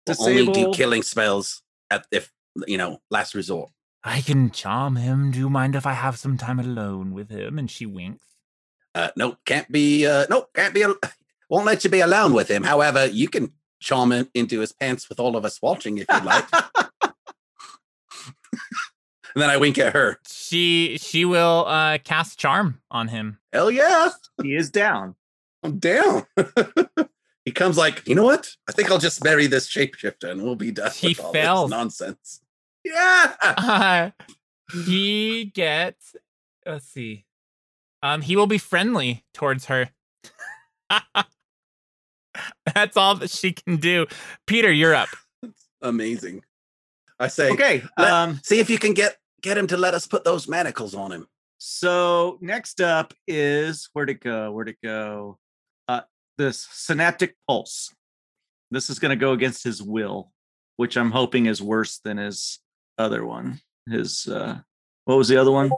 But Only do Disable. killing spells at if you know last resort. I can charm him. Do you mind if I have some time alone with him? And she winks. Uh, nope, can't be. Uh, nope, can't be. Al- won't let you be alone with him. However, you can charm him into his pants with all of us watching if you'd like. and then I wink at her. She she will uh, cast charm on him. Hell yeah, He is down. I'm down. Oh, he comes like, you know what? I think I'll just marry this shapeshifter and we'll be done. He with all this fails. nonsense. Yeah. Uh, he gets. Let's see. Um, he will be friendly towards her. That's all that she can do. Peter, you're up. Amazing. I say, Okay. Let- Um. see if you can get get him to let us put those manacles on him. So next up is where'd it go? Where'd it go? Uh, this synaptic pulse. This is going to go against his will, which I'm hoping is worse than his other one. His uh, what was the other one?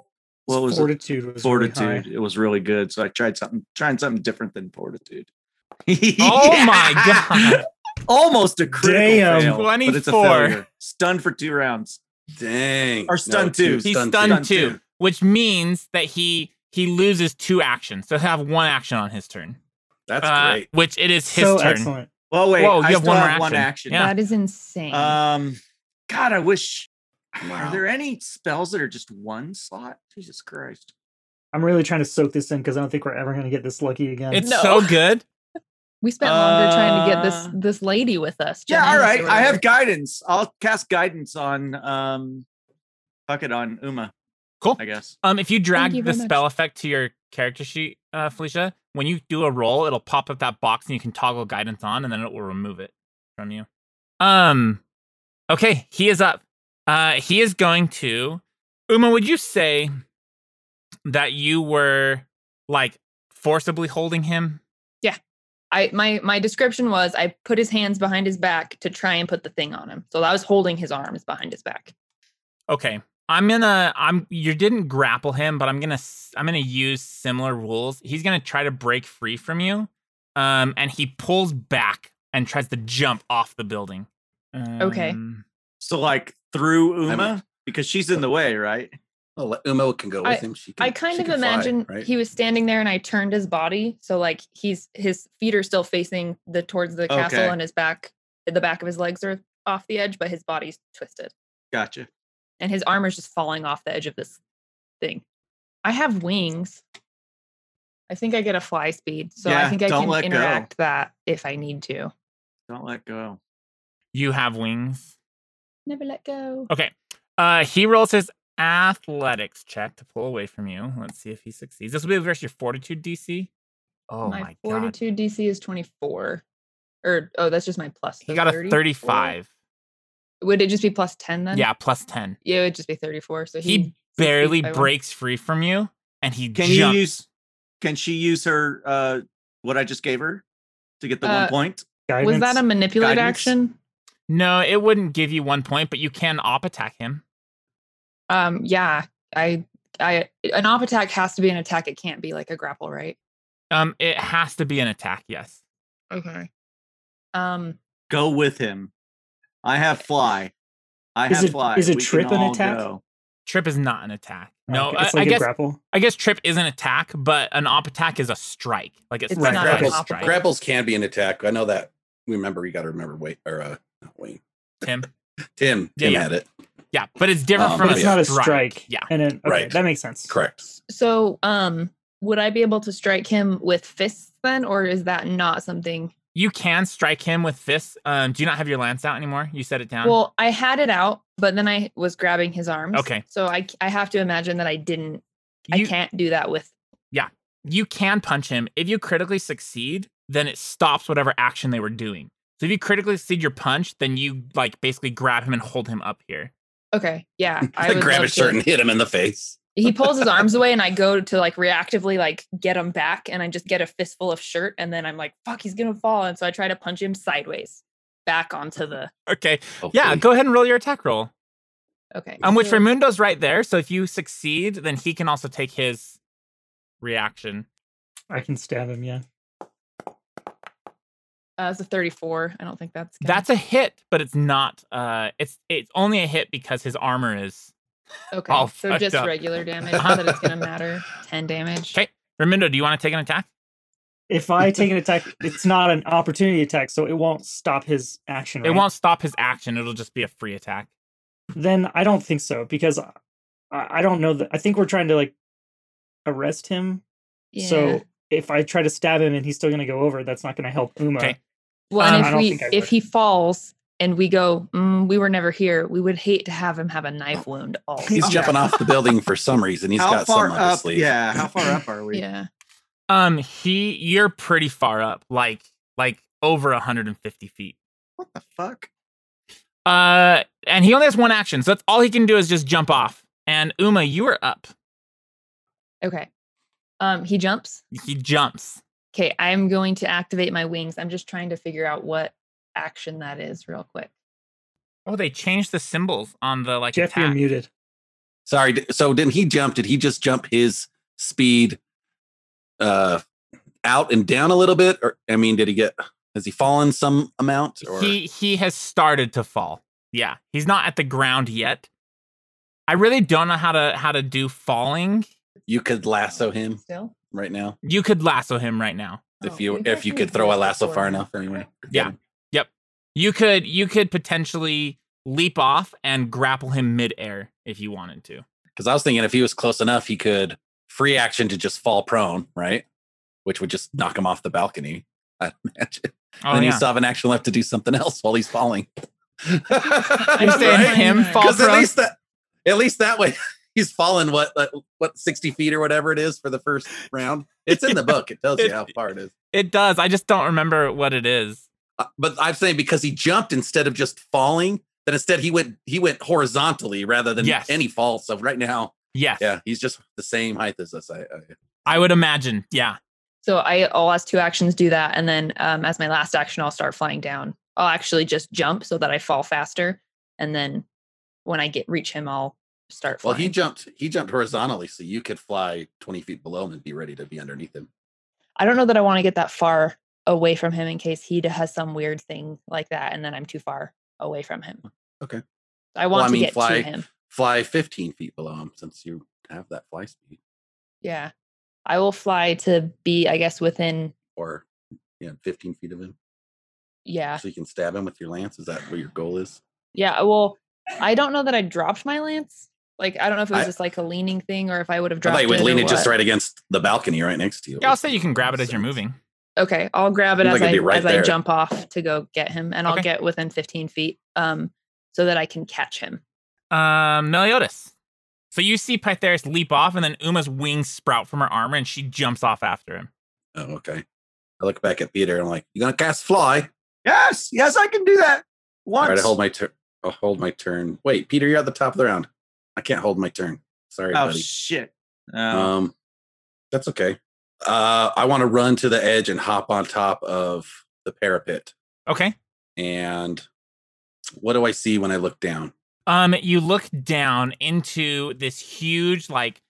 What was it? fortitude? Was really high. Fortitude. it was really good. So I tried something, trying something different than fortitude. Oh my god. Almost a critical Damn. fail, but it's a 24. failure. Stunned for two rounds. Dang. Or stun two. He's stun stunned, two. too, Stun two. which means that he he loses two actions. So he'll have one action on his turn. That's Uh, great. Which it is his so turn. excellent. Oh wait, Whoa, I you have still one more have one action. action. Yeah. That is insane. Um, God, I wish. Wow. Are there any spells that are just one slot? Jesus Christ! I'm really trying to soak this in because I don't think we're ever going to get this lucky again. It's No. so good. we spent longer trying to get uh, this this lady with us. yeah, all Janice or right. I whatever. have guidance. I'll cast guidance on um, fuck it on Uma, Cool. I guess. Um, if you drag you the very much. spell effect to your character sheet, uh, Felicia, when you do a roll, it'll pop up that box and you can toggle guidance on, and then it will remove it from you. Um, okay, he is up. Uh, he is going to Uma. Would you say that you were like forcibly holding him? I my my description was I put his hands behind his back to try and put the thing on him. So I was holding his arms behind his back. Okay, I'm gonna. I'm. You didn't grapple him, but I'm gonna. s- I'm gonna use similar rules. He's gonna try to break free from you, um, and he pulls back and tries to jump off the building. Okay. Um, So like through I Uma mean- because she's in the way, right? Well, let- Uma can go with I- him. She can, I kind she of can fly, imagine right? he was standing there and I turned his body. So like he's his feet are still facing the towards the castle Okay. and his back the back of his legs are off the edge, but his body's twisted. Gotcha. And his armor's just falling off the edge of this thing. I have wings. I think I get a fly speed. So Yeah, I think I don't can let go. interact that if I need to. Don't let go. you have wings. Never let go. Okay. Uh, he rolls his athletics check to pull away from you. Let's see if he succeeds. This will be versus your fortitude DC. Oh my, my, god, 42 DC is 24. Or oh, that's just my plus. he so got a 34. thirty-five. Would it just be plus 10 then? Yeah, plus ten. Yeah, it would just be 34. So He he, barely by one. breaks free from you, and he Can jumps. you use? Can she use her uh what I just gave her to get the Uh, one point? was Guidance. that a manipulate guidance? action? No, it wouldn't give you one point, but you can op attack him. Um, yeah. I I an op attack has to be an attack. It can't be like a grapple, right? Um, it has to be an attack. Yes. Okay. Um Go with him. I have fly. I Is have it- fly. is it We can trip an all attack? go. Trip is not an attack. No, Okay, I, Oh, it's I like a guess grapple. I guess trip is an attack, but an op attack is a strike. Like it's, It's not not a an grapple op strike. attack. Grapples can be an attack. I know that. Remember, you got to remember. Wait, or uh, not Wayne. Tim. Tim. Yeah, Tim yeah. had it. Yeah, but it's different Um, from But Oh, it's yeah. not a strike. Yeah. And then, okay, Right. that makes sense. Correct. So, um, would I be able to strike him with fists then, or is that not something? You can strike him with fists. Um, do you not have your lance out anymore? You set it down. Well, I had it out, but then I was grabbing his arms. Okay. So I I have to imagine that I didn't. you, I can't do that with. you can punch him. If you critically succeed, then it stops whatever action they were doing. So if you critically succeed your punch, then you like basically grab him and hold him up here. Okay. Yeah. I would grab love his shirt to- and hit him in the face. He pulls his arms away, and I go to like reactively like get him back, and I just get a fistful of shirt, and then I'm like, "Fuck, he's gonna fall!" And so I try to punch him sideways back onto the. Okay. Yeah, Hopefully. go ahead and roll your attack roll. Okay. Um, which so- Raimundo's right there. So if you succeed, then he can also take his reaction. I can stab him, yeah. uh, it's a 34. I don't think that's. gonna- That's a hit, but it's not. Uh, it's it's only a hit because his armor is. Okay, all so fucked just up. regular damage. Not that it's gonna matter. Ten damage. 'Kay. Raimundo, do you want to take an attack? If I take an attack, it's not an opportunity attack, so it won't stop his action. It right? won't stop his action. It'll just be a free attack. Then I don't think so because I, I don't know that. I think we're trying to like arrest him. Yeah. So if I try to stab him and he's still going to go over, that's not going to help Uma. Okay. well, and um, I if don't we think I if would. he falls and we go, mm, we were never here. We would hate to have him have a knife wound. Also. He's Yeah. jumping off the building for some reason. He's how got far some up his up? sleeve. Yeah. How far up are we? Yeah. Um, he, you're pretty far up, like like over 150 feet. What the fuck? Uh, and he only has one action, so that's all he can do is just jump off. And Uma, you are up. Okay. Um, he jumps. He jumps. Okay, I'm going to activate my wings. I'm just trying to figure out what action that is, real quick. Oh, they changed the symbols on the like Jeff, you're attack. muted. Sorry. d- So didn't he jump? Did he just jump his speed uh out and down a little bit? Or I mean, did he get has he fallen some amount? Or He he has started to fall. Yeah, he's not at the ground yet. I really don't know how to how to do falling. you could lasso him Still. right now You could lasso him right now. Oh, if you maybe I if you can do could throw a it lasso before far now. enough anyway. Yeah. You could you could potentially leap off and grapple him midair if you wanted to. Because I was thinking if he was close enough, he could free action to just fall prone, right? Which would just knock him off the balcony, I'd imagine. Oh, then yeah. you still have an action left to do something else while he's falling. You don't stand mind him that. fall Because at prone. least that, at least that way, he's fallen what what- what sixty feet or whatever it is for the first round. It's in the book. It tells you how far it is. It does. I just don't remember what it is. Uh, But I'm saying because he jumped instead of just falling, then instead he went he went horizontally rather than Yes. any fall. So right now, Yes. yeah, he's just the same height as us. I, I, I would imagine. Yeah. So I, I'll ask two actions do that, and then um, as my last action, I'll start flying down. I'll actually just jump so that I fall faster, and then when I get reach him, I'll start well, flying. he jumped he jumped horizontally, so you could fly twenty feet below him and be ready to be underneath him. I don't know that I want to get that far away from him in case he d- has some weird thing like that, and then I'm too far away from him. Okay. I Well, want I mean, to get fly- to him. Fly fifteen feet below him since you have that fly speed, Yeah. I will fly to be, I guess, within. or yeah, fifteen feet of him. Yeah. so you can stab him with your lance. Is that what your goal is? Yeah. Well, I don't know that I dropped my lance. Like, I don't know if it was I- just like a leaning thing or if I would have I dropped thought you would it. or lean it just what. right against the balcony right next to you. Yeah, I'll say you can grab it as you're Sense. moving. Okay, I'll grab it Seems as like I it'd be right as I there. jump off to go get him, and I'll Okay. get within 15 feet, um, so that I can catch him. Um, Meliodas. So you see Pytheris leap off, and then Uma's wings sprout from her armor, and she jumps off after him. Oh, okay. I look back at Peter and I'm like, "You gonna cast fly?" Yes. Yes, I can do that. All Once. right, I hold my turn. I'll hold my turn. Wait, Peter, you're at the top of the round. I can't hold my turn. Sorry, oh buddy. shit. Oh. um, that's okay. Uh, I want to run to the edge and hop on top of the parapet. Okay. And what do I see when I look down? Um, you look down into this huge, like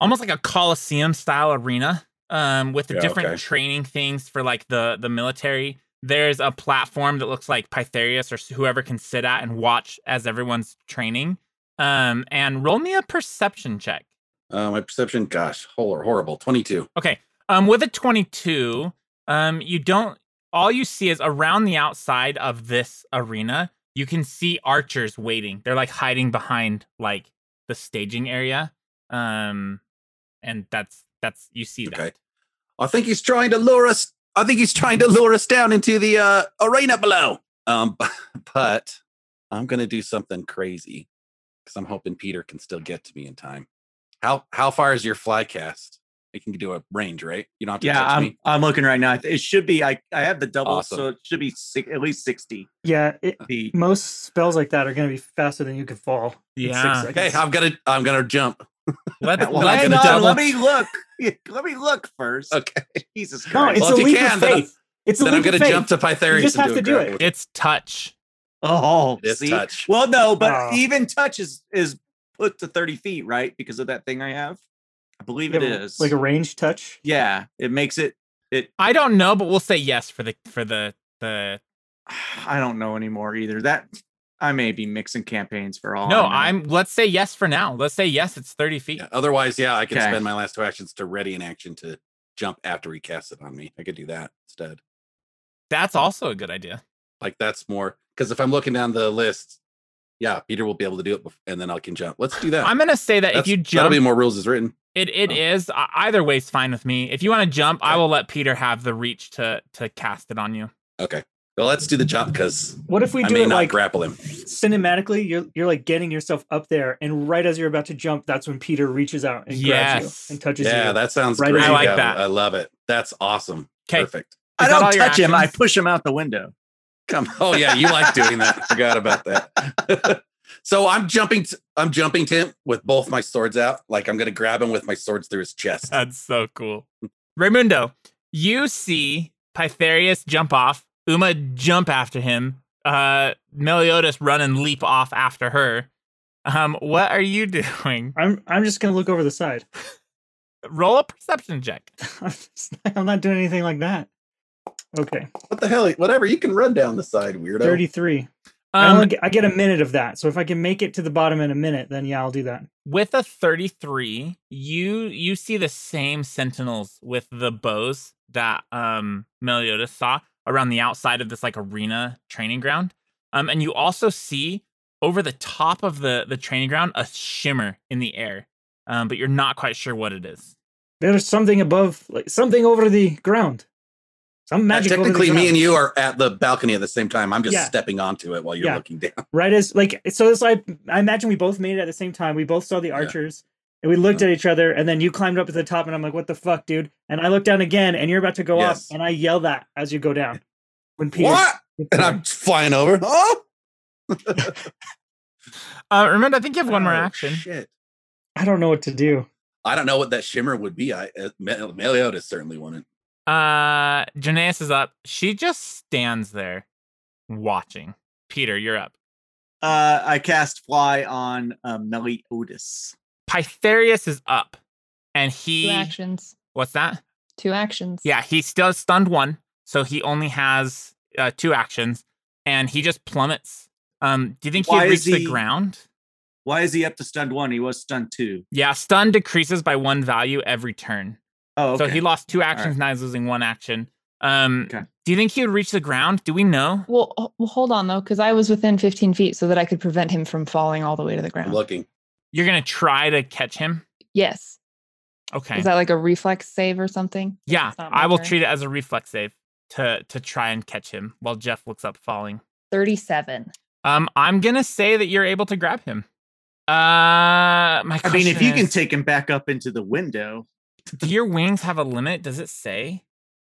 almost like a coliseum style arena. Um, with the Yeah, different okay. training things for like the the military. there's a platform that looks like Pytherius or whoever can sit at and watch as everyone's training. Um, and roll me a perception check. Uh, my perception, gosh, hor- horrible. 22. Okay. Um, with a 22, um, you don't. All you see is around the outside of this arena. You can see archers waiting. They're like hiding behind like the staging area. Um, and that's that's you see that. Okay. I think he's trying to lure us. I think he's trying to lure us down into the uh, arena below. Um, b- but I'm gonna do something crazy because I'm hoping Peter can still get to me in time. How how far is your fly cast? It can do a range, right? You don't have to Yeah, touch I'm me. I'm looking right now. It should be I I have the double, Awesome. Uh, so it should be six, at least sixty Yeah, it, feet. most spells like that are going to be faster than you can fall. in six Yeah. Okay, seconds. I'm gonna I'm gonna jump. Let's, Well, let's hang double- on, let me look. Let me look first. Okay, Jesus no, Christ! it's Well, a if you leap can, of then I- faith. It's a then leap I'm gonna of faith. jump to Pytherius. just and have to do grapple. It's touch. oh, It is see? touch. Well, no, but Wow. even touch is is put to thirty feet, right? Because of that thing I have. I believe it You have, is. like a range touch. yeah, it makes it. It. I don't know, but we'll say yes for the for the the. I don't know anymore either. That I may be mixing campaigns for all. I no, know. I'm. Let's say yes for now. Let's say yes. It's thirty feet. Yeah, otherwise, yeah, I can Okay. spend my last two actions to ready an action to jump after he casts it on me. I could do that instead. That's also a good idea. Like that's more because if I'm looking down the list, yeah, Peter will be able to do it, bef- and then I can jump. Let's do that. I'm gonna say that That's- if you that'll jump, be more rules as written. it it Oh. is uh, either way's fine with me. If you want to jump, I Okay. will let Peter have the reach to to cast it on you. Okay, well, let's do the jump because What if we I do may it not like grapple him. cinematically? You're you're like getting yourself up there, and right as you're about to jump, that's when Peter reaches out and grabs Yes. you and touches you. Yeah, that sounds Right great. as you I like Yeah, that. I love it. That's awesome. 'Kay. Perfect. I Is that don't all your touch him. I actions? push him out the window. Come. Oh yeah, you like doing that. Forgot about that. so I'm jumping. T- I'm jumping to him with both my swords out. Like I'm gonna grab him with my swords through his chest. That's so cool. Raimundo, you see Pytherius jump off, Uma jump after him, uh, Meliodas run and leap off after her. Um, what are you doing? I'm I'm just gonna look over the side. Roll a perception check. I'm, just- I'm not doing anything like that. Okay, What the hell? Whatever. You can run down the side, weirdo. thirty-three. I, only Um, get, I get a minute of that, so if I can make it to the bottom in a minute, then yeah, I'll do that. with a 33, you you see the same sentinels with the bows that um Meliodas saw around the outside of this like arena training ground. Um, and you also see over the top of the the training ground a shimmer in the air. Um, but you're not quite sure what it is. There's something above, like something over the ground. Some Yeah, magic. over the technically, ground. me and you are at the balcony at the same time. I'm just Yeah. stepping onto it while you're Yeah. looking down. right as like so this I I imagine we both made it at the same time. We both saw the archers and we looked at each other and then you climbed up to the top and I'm like, what the fuck, dude? And I look down again and you're about to go Yes. up and I yell that as you go down. When Peter What? And I'm flying over. Oh, Uh, remember, I think you have one more Oh, action. Shit. I don't know what to do. I don't know what that shimmer would be. I uh, Mel- Meliodas certainly wouldn't. Uh, Janaeus is up. She just stands there, watching. Peter, you're up. Uh, I cast fly on um, Meliodas. Pytherius is up, and Two E he. actions. What's that? Two actions. Yeah, he still has stunned one, so he only has uh, two actions, and he just plummets. Um, do you think Why he is reached the he- ground? Why is he up to stunned one? He was stunned two. Yeah, stun decreases by one value every turn. Oh, okay. So he lost two right. actions, now he's losing one action. Um, Okay. do you think he would reach the ground? Do we know? Well, h- well, hold on though, because I was within 15 feet so that I could prevent him from falling all the way to the I'm ground. looking. You're gonna try to catch him. Yes. Okay. Is that like a reflex save or something? yeah, It's not my I will turn. treat it as a reflex save to to try and catch him while Jeff looks up, falling. 37. Um, I'm gonna say that you're able to grab him. Uh, my. I mean, if question you can is- take him back up into the window, Do your wings have a limit? Does it say?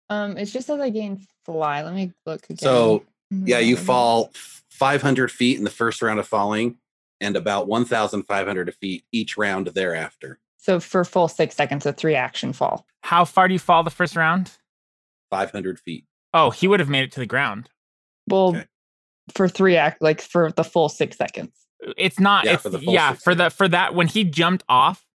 Um, it's just as I gain fly. Let me look again. So yeah, you Mm. fall 500 feet in the first round of falling, and about 1,500 feet each round thereafter. So for full six seconds, a three action fall. How far do you fall the first round? 500 feet. Oh, he would have made it to the ground. Well, Okay. for three act, like for the full six seconds. It's not. Yeah, it's, for the full yeah, six for the seconds. for that when he jumped off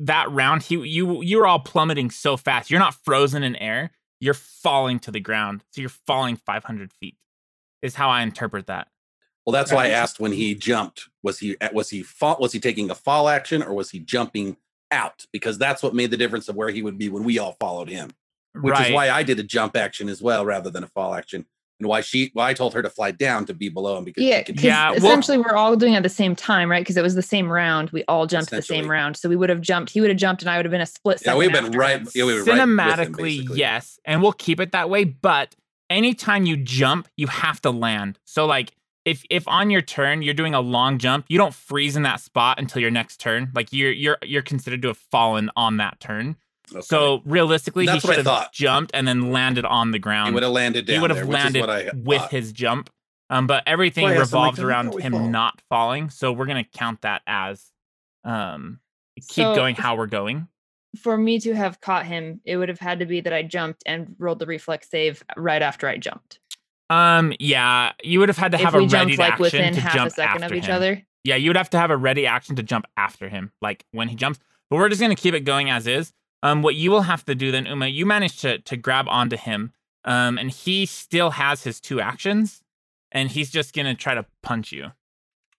that round, he you you were all plummeting so fast. You're not frozen in air. you're falling to the ground. So you're falling 500 feet, is how I interpret that. Well, that's why I asked when he jumped. Was he uh, was he fall, was he taking a fall action or was he jumping out? Because that's what made the difference of where he would be when we all followed him. Which right. is why I did a jump action as well rather than a fall action, and why she why I told her to fly down to be below him because she Yeah, could- 'cause Yeah, well- essentially we're all doing it at the same time, right? Because it was the same round. We all jumped the Essentially. same round, so we would have jumped. He would have jumped, and I would have been a split. yeah, Second we've been after right. him. Yeah, we were right with him, cinematically basically. yes and we'll keep it that way but anytime you jump you have to land so like if if on your turn you're doing a long jump you don't freeze in that spot until your next turn like you're you're you're considered to have fallen on that turn Okay. so realistically That's he what I should have thought. jumped and then landed on the he ground would have uh, landed down. um, he would have there, landed which is what I with thought. his jump um but everything Well, yeah, so, revolves like, then we around always him fall. not falling so we're going to count that as um keep So- going how we're going For me to have caught him, it would have had to be that I jumped and rolled the reflex save right after I jumped. Um. Yeah, you would have had to have if we a ready jumped like action within to half jump a second of after each him. other, Yeah, you would have to have a ready action to jump after him, like when he jumps. But we're just gonna keep it going as is. Um, what you will have to do then, Uma, you managed to to grab onto him. Um, and he still has his two actions, and he's just gonna try to punch you.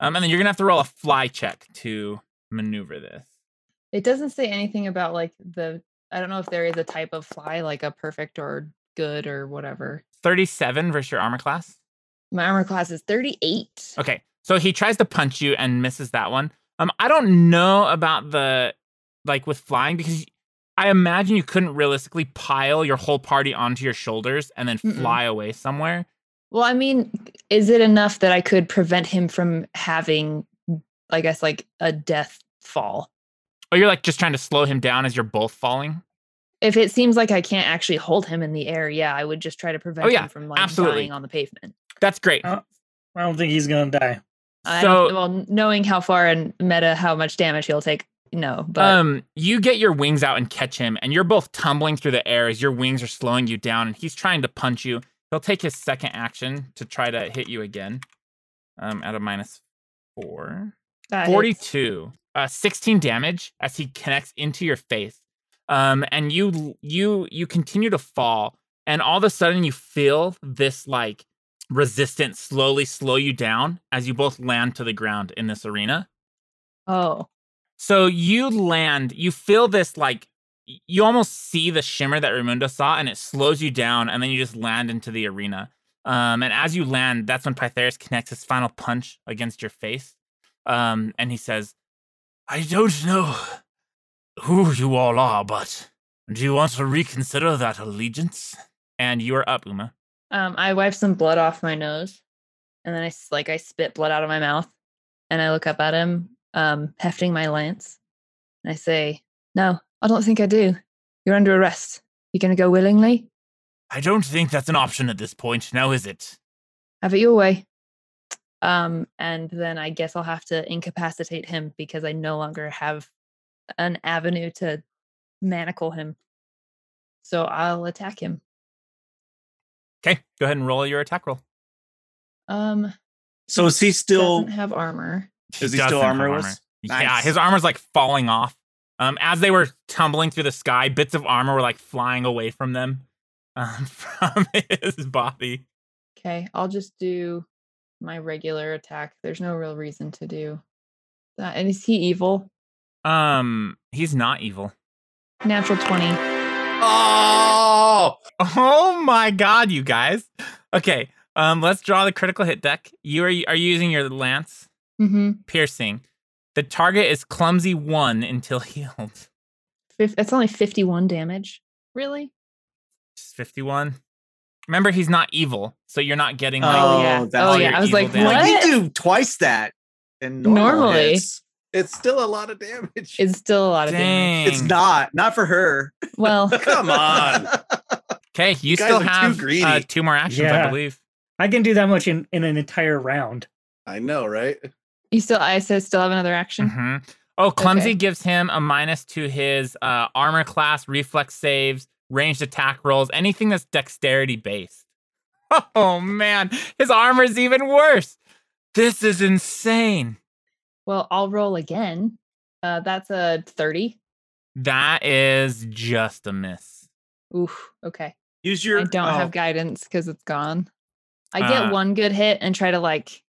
Um, and then you're gonna have to roll a fly check to maneuver this. it doesn't say anything about like the. I don't know if there is a type of fly, like a perfect or good or whatever. Thirty-seven versus your armor class. My armor class is thirty-eight. Okay. So he tries to punch you and misses that one. Um, I don't know about the like with flying because I imagine you couldn't realistically pile your whole party onto your shoulders and then Mm-mm. fly away somewhere. Well, I mean, is it enough that I could prevent him from having, I guess, like a death fall? Or you're like just trying to slow him down as you're both falling. If it seems like I can't actually hold him in the air, yeah, I would just try to prevent Oh, yeah, him from like absolutely. dying on the pavement. That's great. Oh, Uh, I don't think he's gonna die. I don't- so well, n- knowing how far and meta how much damage he'll take, no, but um, you get your wings out and catch him, and you're both tumbling through the air as your wings are slowing you down, and he's trying to punch you. He'll take his second action to try to hit you again. Um, at a minus four. that hits. 42 uh 16 damage as he connects into your face um and you you you continue to fall and all of a sudden you feel this like resistance slowly slow you down as you both land to the ground in this arena Oh, so you land, you feel this like y- you almost see the shimmer that Raimundo saw, and it slows you down, and then you just land into the arena. Um, and as you land, that's when Pytheris connects his final punch against your face. Um, and he says, I don't know who you all are, but do you want to reconsider that allegiance? And you are up, Uma. um, I wipe some blood off my nose, and then I s- like I spit blood out of my mouth, and I look up at him, um, hefting my lance, and I say, "No, I don't think I do. You're under arrest. You gonna go willingly? I don't think that's an option at this point, now is it? Have it your way." Um, and then I guess I'll have to incapacitate him because I no longer have an avenue to manacle him. So I'll attack him. Okay, go ahead and roll your attack roll. Um, So is he still? doesn't have armor. Is he doesn't still have armorless? Yeah, Nice. his armor's like falling off. Um, as they were tumbling through the sky, bits of armor were like flying away from them, um, from his body. Okay, I'll just do my regular attack. There's no real reason to do that. And is he evil? Um, he's not evil. Natural 20. Oh, Oh my god, you guys. Okay, um, let's draw the critical hit deck. You are are you using your lance Mm-hmm. piercing. The target is clumsy one until healed. That's only 51 damage. Really? Just fifty one. Remember, he's not evil, so you're not getting like Uh, Oh, yeah. that's Oh, yeah. your I was evil like, damage. Well, what? you do twice that. And Normally. it's, it's still a lot of damage. It's still a lot of Dang. Uh, it's not not for her. damage. Well, Come on. Okay, you, guys still are too have uh, greedy. two more actions, I Yeah. believe. I can do that much in, in an entire round. I know, right? you still, I said, still have another action. hmm Oh, clumsy Okay. gives him a minus to his uh, armor class, reflex saves, ranged attack rolls, anything that's dexterity based. Oh man, his armor's even worse. This is insane. Well, I'll roll again. Uh, that's a 30. That is just a miss. Oof. Okay. Use your. I don't oh, have guidance because it's gone. I Uh. get one good hit and try to like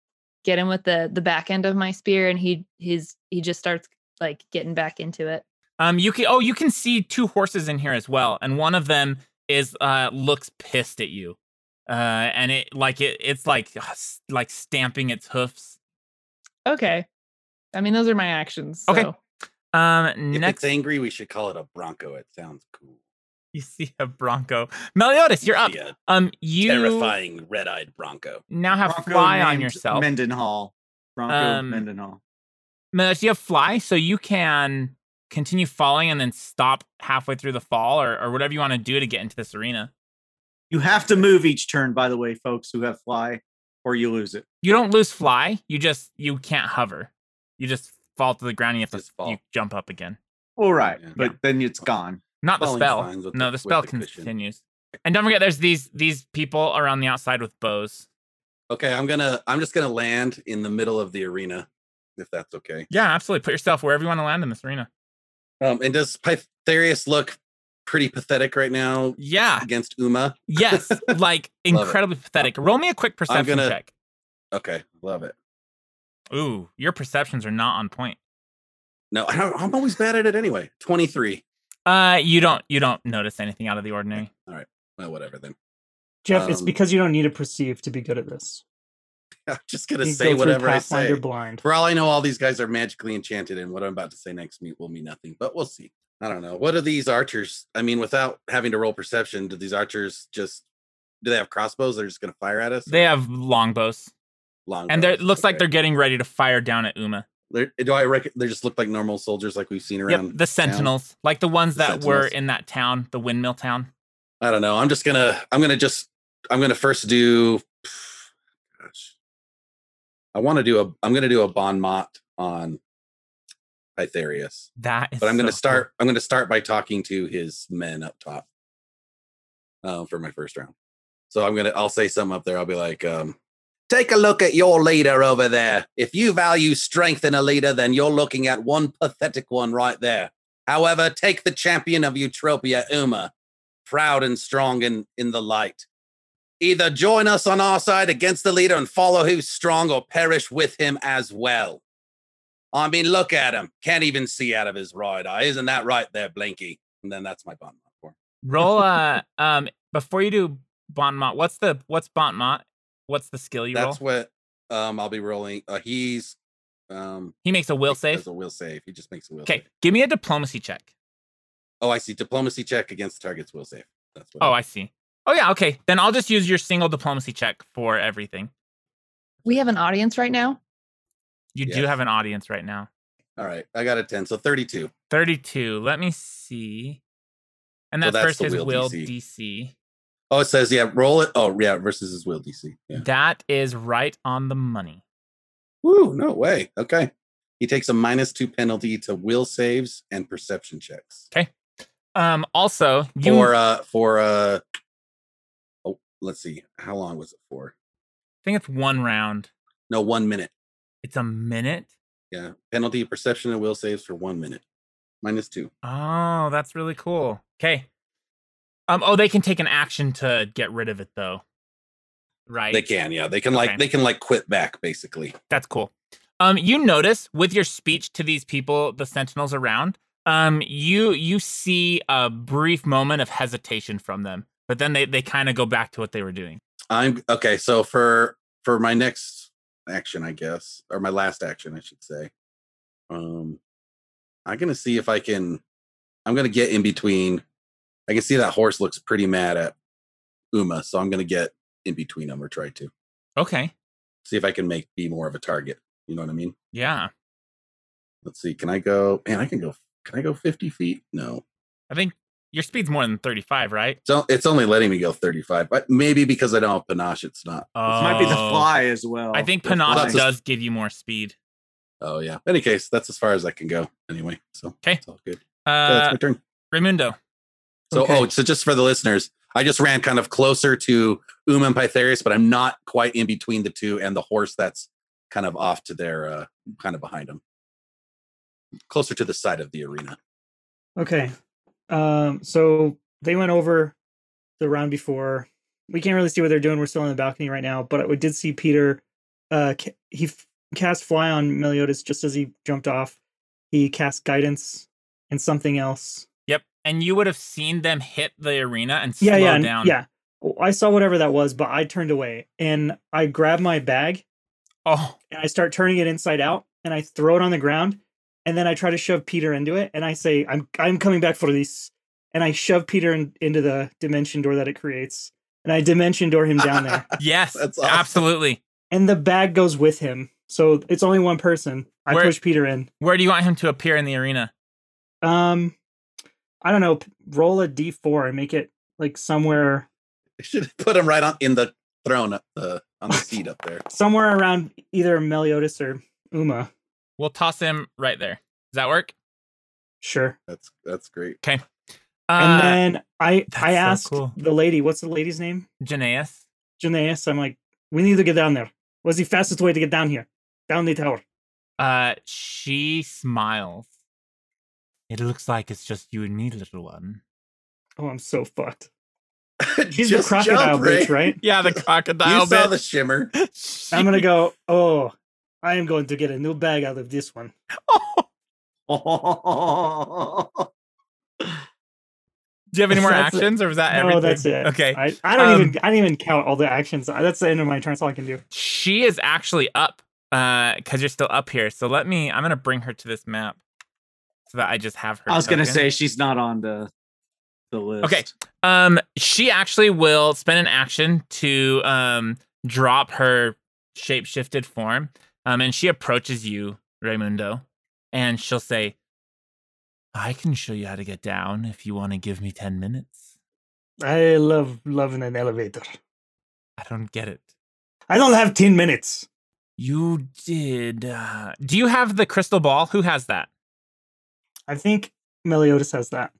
get him with the the back end of my spear, and he his he just starts like getting back into it. Um, you can. Oh, you can see two horses in here as well, and one of them is uh looks pissed at you, uh, and it like it it's like uh, s- like stamping its hoofs. Okay, I mean those are my actions. Okay. so- Um, If next it's angry, we should call it a bronco. It sounds cool. you see a bronco. Meliodas, you're up. See a Um, you terrifying red-eyed bronco. now have Bronco fly on named yourself. Mendenhall. Bronco Um, Mendenhall. Meliodas, you have fly, so you can continue falling and then stop halfway through the fall or, or whatever you want to do to get into this arena. You have to move each turn, by the way, folks who have fly, or you lose it. You don't lose fly. You just you can't hover. You just fall to the ground. And you have Just to fall. you jump up again. All right, Yeah. but then it's gone. Not the Falling spell. signs with No, the- the with spell the cushion. continues. And don't forget, there's these these people around the outside with bows. Okay, I'm gonna. I'm just gonna land in the middle of the arena, if that's okay. Yeah, absolutely. Put yourself wherever you want to land in this arena. Um, and does Pytherius look pretty pathetic right now Yeah. against Uma? Yes. like Love it. incredibly pathetic. Roll me a quick perception gonna- check. Okay, love it. Ooh, your perceptions are not on point. No, I don't, I'm always bad at it anyway. Twenty-three. Uh, you don't you don't notice anything out of the ordinary. Well, whatever then. Jeff, it's Um, because you don't need a perceive to be good at this. I'm just gonna You say go through whatever I Pathfinder say. blind. For all I know, all these guys are magically enchanted, and what I'm about to say next me- will mean nothing. But we'll see. I don't know. What are these archers? I mean, without having to roll perception, do these archers just do they have crossbows? They're just gonna fire at us. They have longbows, Long and they're- it bows, looks like okay. they're getting ready to fire down at Uma. They're- do I reckon they just look like normal soldiers like we've seen around? Yep, the sentinels, like the ones The that were Sentinels. in that town, the windmill town. I don't know. I'm just gonna I'm gonna just I'm gonna first do gosh. I wanna do a I'm gonna do a bon mot on Pytherius. That is. But I'm gonna so cool. start I'm gonna start by talking to his men up top. Um for my first round. So I'm gonna I'll say something up there. I'll be like, um, take a look at your leader over there. If you value strength in a leader, then you're looking at one pathetic one right there. However, take the champion of Eutropia, Uma, proud and strong in, in the light. Either join us on our side against the leader and follow who's strong or perish with him as well. I mean, look at him. Can't even see out of his right eye. Isn't that right there, Blinky? And then that's my bond for him. Roll uh um before you do bon mot, what's the what's bon mot? What's the skill you That's roll? what um, I'll be rolling. Uh, he's um, he makes a will save. Does a will save. He just makes a will Okay, save. give me a diplomacy check. Oh, I see. Diplomacy check against target's will save. That's what. Oh, I see. Oh yeah, okay. Then I'll just use your single diplomacy check for everything. we have an audience right now. You do Yes. have an audience right now. All right. I got a ten. So thirty-two. 32. Let me see. And So that's, that's first the his will will DC. DC. Oh, it says yeah. Roll it. Oh, yeah. Versus his will DC. Yeah. That is right on the money. Woo! No way. Okay. He takes a minus two penalty to will saves and perception checks Um also, you for uh for uh. Oh, let's see. How long was it for? I think it's one round. No, one minute. It's a minute. Yeah. Penalty perception and will saves for one minute. Minus two. Oh, that's really cool. Okay. Um. Oh, they can take an action to get rid of it, though. Right. They can. Yeah. They can Okay. like they can like quit back basically. That's cool. Um. You notice with your speech to these people, the sentinels around. Um. You you see a brief moment of hesitation from them, but then they they kind of go back to what they were doing. I'm okay. So for for my next action, I guess, or my last action, I should say, um, I'm gonna see if I can. I'm gonna get in between. I can see that horse looks pretty mad at Uma, so I'm gonna get in between them or try to Okay. see if I can make be more of a target. You know what I mean? Yeah. Let's see. Can I go? Man, I can go. Can I go 50 feet? No. I think your speed's more than thirty five, right? So it's only letting me go 35, but maybe because I don't have panache, it's not. Oh. This might be the fly as well. I think The fly. panache That's a- does give you more speed. Oh yeah. In any case, that's as far as I can go anyway. So 'Kay. it's all good. So that's Uh, my turn. Raimundo. So, Okay. oh, so just for the listeners, I just ran kind of closer to Um and Pytherius, but I'm not quite in between the two and the horse that's kind of off to their, uh, kind of behind them, closer to the side of the arena. Okay. Um, so they went over the round before. We can't really see what they're doing. We're still on the balcony right now, but we did see Peter. Uh, ca- he f- cast fly on Meliodas just as he jumped off. He cast guidance and something else. Yep. And you would have seen them hit the arena and slow yeah, yeah, and- down. yeah. Well, I saw whatever that was, but I turned away and I grab my bag Oh, and I start turning it inside out and I throw it on the ground and then I try to shove Peter into it and I say I'm I'm coming back for this and I shove Peter in, into the dimension door that it creates and I dimension door him down there yes. That's awesome. Absolutely. and the bag goes with him so it's only one person I Where- push Peter in Where do you want him to appear in the arena? um I don't know p- roll a d4 and make it like somewhere Should have put him right on in the throne up uh, on the seat up there. somewhere around either Meliodas or Uma We'll toss him right there. Does that work? sure That's that's great. Uh, and then I that's I so asked cool. the lady what's the lady's name Janaeus. Janaeus, I'm like, we need to get down there. What's the fastest way to get down here? Down the tower. Uh, she smiles. It looks like it's just you and me, little one. Oh, I'm so fucked. She's He's the crocodile bitch, right? Yeah, the You crocodile saw bit. the shimmer. I'm gonna go, oh, I am going to get a new bag out of this one. Do you have any more That's it. actions, or was that no, everything? that's it. Okay. I, I don't Um, even I didn't even count all the actions. I- That's the end of my turn. That's all I can do. She is actually up because you're still up here. So let me, I'm going to bring her to this map so that I just have her. I was gonna token. say she's not on the the list. Okay. Um, she actually will spend an action to um drop her shapeshifted form. Um, and she approaches you, Raimundo, and she'll say, "I can show you how to get down if you want to give me ten minutes." I love loving an elevator. I don't get it. I don't have ten minutes. You did. Uh, do you have the crystal ball? Who has that? I think Meliodas has that.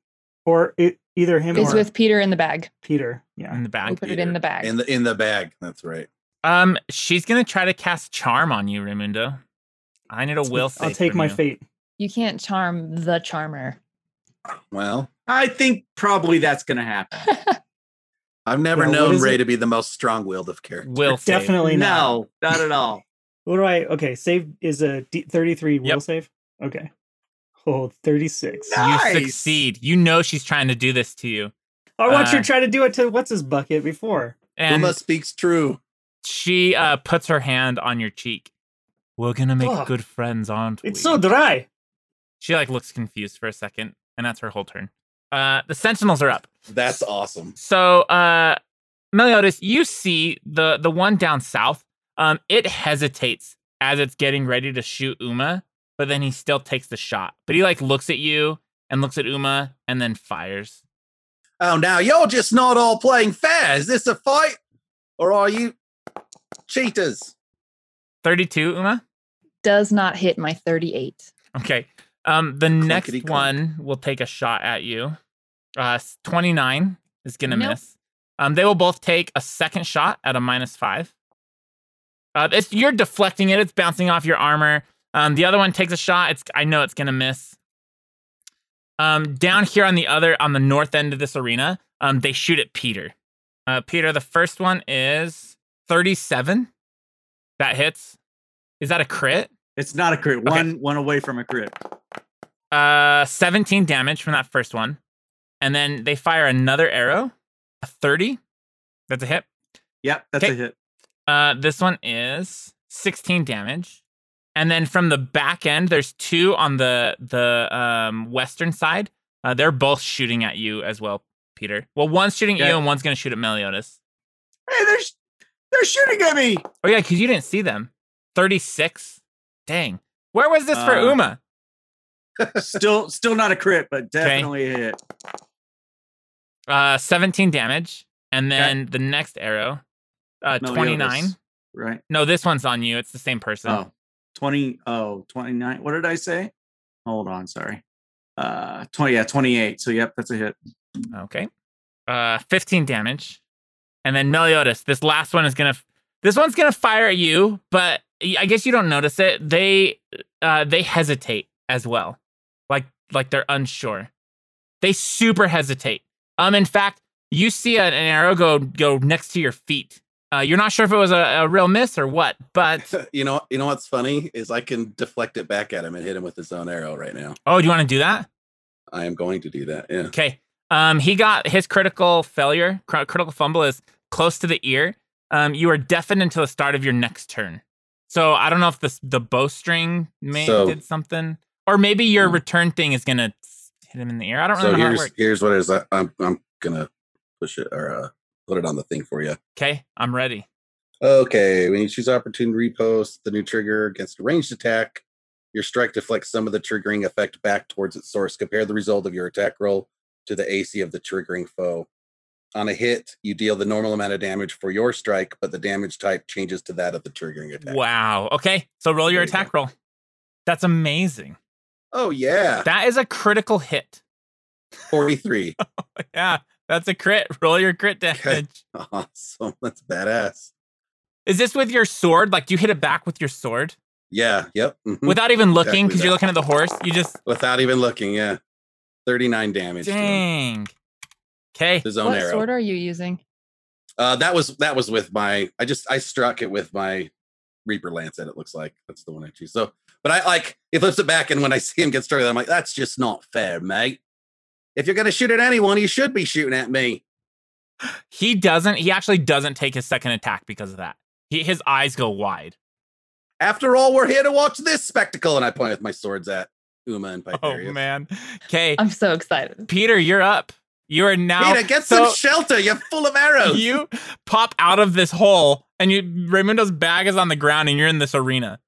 Or it either him It's or with Peter in the bag. Peter. Yeah. In the We bag. put it in the bag. In the in the bag. That's right. Um, she's gonna try to cast charm on you, Raimundo. I need a will save. I'll take from my you. fate. you can't charm the charmer. Well, I think probably that's gonna happen. I've never Yeah, what known is Ray it? to be the most strong-willed of characters. Will save. Definitely not. no, not at all. What do I? Okay, save is a D, 33 will Yep. save. Okay. Oh, 36. No. Nice. You succeed. You know she's trying to do this to you. I watched Uh, her try to do it to what's his bucket before. And Uma speaks true. she uh, puts her hand on your cheek. We're gonna make Fuck. good friends, aren't we? It's so dry. she like looks confused for a second, and that's her whole turn. Uh, the sentinels are up. That's awesome. So, uh, Meliodas, you see the the one down south. Um, it hesitates as it's getting ready to shoot Uma, but then he still takes the shot. But he like looks at you and looks at Uma and then fires. Oh, now you're just not all playing fair. Is this a fight, or are you cheaters? Thirty-two, Uma. Does not hit my 38. Okay. Um, the next Clinkety clink. one will take a shot at you. Uh, s- twenty-nine is gonna Nope. miss. Um, they will both take a second shot at a minus five. Uh, it's, you're deflecting it. It's bouncing off your armor. Um, the other one takes a shot. It's I know it's gonna miss. Um, down here on the other on the north end of this arena, um, they shoot at Peter. Uh, Peter, the first one is thirty-seven. That hits. Is that a crit? It's not a crit. Okay. One one away from a crit. Uh, 17 damage from that first one. And then they fire another arrow, a 30. That's a hit. Yep, that's Okay. a hit. Uh, this one is 16 damage. And then from the back end, there's two on the the um, western side. Uh, they're both shooting at you as well, Peter. Well, one's shooting at Okay. you and one's going to shoot at Meliodas. Hey, they're sh- they're shooting at me. Oh, yeah, because you didn't see them. 36. Dang. Where was this for Uh, Uma? Still still not a crit, but definitely a hit. Uh, 17 damage. And then the next arrow, uh, Meliodas, 29. Right. No, this one's on you. It's the same person. Oh, 20 oh 29 what did i say hold on sorry uh 20 yeah 28 so yep that's a hit Okay. Uh 15 damage. And then Meliodas, this last one is going to This one's going to fire at you, but y- I guess you don't notice it. They uh they hesitate as well. Like like they're unsure. They super hesitate. Um in fact, You see a- an arrow go go next to your feet. Uh, you're not sure if it was a, a real miss or what, but you know, you know what's funny is I can deflect it back at him and hit him with his own arrow right now. oh, do you want to do that? I am going to do that. Yeah. Okay. Um, he got his critical failure. cr- critical fumble is close to the ear. Um, you are deafened until the start of your next turn. So I don't know if the the bowstring may So- did something, or maybe your Hmm. return thing is gonna hit him in the ear. I don't So know how it here's works. here's what it is. I, I'm I'm gonna push it or uh, put it on the thing for you. Okay, I'm ready. Okay, when you choose opportunity repost, the new trigger against a ranged attack, your strike deflects some of the triggering effect back towards its source. Compare the result of your attack roll to the AC of the triggering foe. On a hit, you deal the normal amount of damage for your strike, but the damage type changes to that of the triggering attack. Wow. Okay, so roll your There you go. attack roll. That's amazing. Oh yeah, That is a critical hit. forty-three. Yeah, that's a crit. Roll your crit damage. Okay. awesome, that's badass. Is this with your sword? Like, do you hit it back with your sword Yeah, yep. mhm. without even looking Exactly because you're that. looking at the horse? You just Without even looking, yeah, thirty-nine damage. to him. dang. Okay, His own What arrow. sword are you using? Uh, that was that was with my. I just I struck it with my Reaper lance, and it looks like that's the one I choose. So, but I like he flips it back, and when I see him get struck, I'm like, that's just not fair, mate. If you're gonna shoot at anyone, you should be shooting at me. he doesn't. He actually doesn't take his second attack because of that. He, his eyes go wide. After all, we're here to watch this spectacle, and I point with my swords at Uma and Oh Pytherius. man. Okay, I'm so excited. Peter, you're up. You are now. Peter, get so some shelter. You're full of arrows. you pop out of this hole, and you Raimundo's bag is on the ground, and you're in this arena.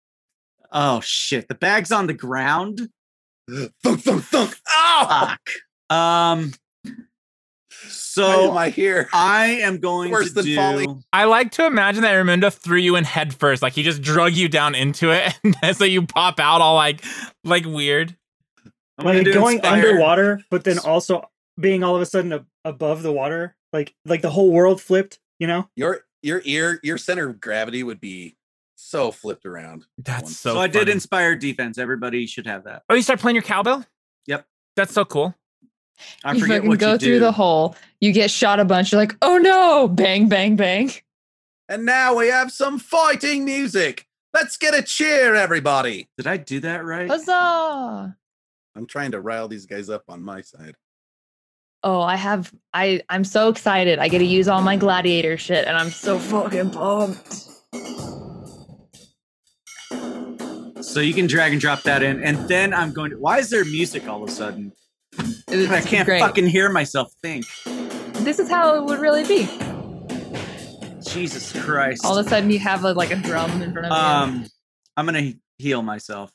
Oh shit! The bag's on the ground. thunk, thunk, thunk. Oh, Fuck. Um. why am So I here? I am going Worse to than do. falling. I like to imagine that Raimundo threw you in head first, like he just drug you down into it, and so you pop out all like, like weird. I'm gonna like do going inspire. underwater, but then also being all of a sudden ab- above the water, like like the whole world flipped. You know, Your your ear, your center of gravity would be so flipped around. That's so. So So, I did funny. inspire defense. Everybody should have that. oh, you start playing your cowbell. Yep. that's so cool. I you forget fucking what go you through do. the hole. You get shot a bunch. You're like, oh no! Bang, bang, bang. And now we have some fighting music. Let's get a cheer, everybody. Did I do that right? Huzzah! I'm trying to rile these guys up on my side. Oh, I have. I I'm so excited. I get to use all my gladiator shit, and I'm so fucking pumped. So you can drag and drop that in, and then I'm going to. Why is there music all of a sudden? It's I can't great. fucking hear myself think. This is how it would really be. Jesus Christ. All of a sudden, you have a, like a drum in front of you. um, I'm gonna he- heal myself.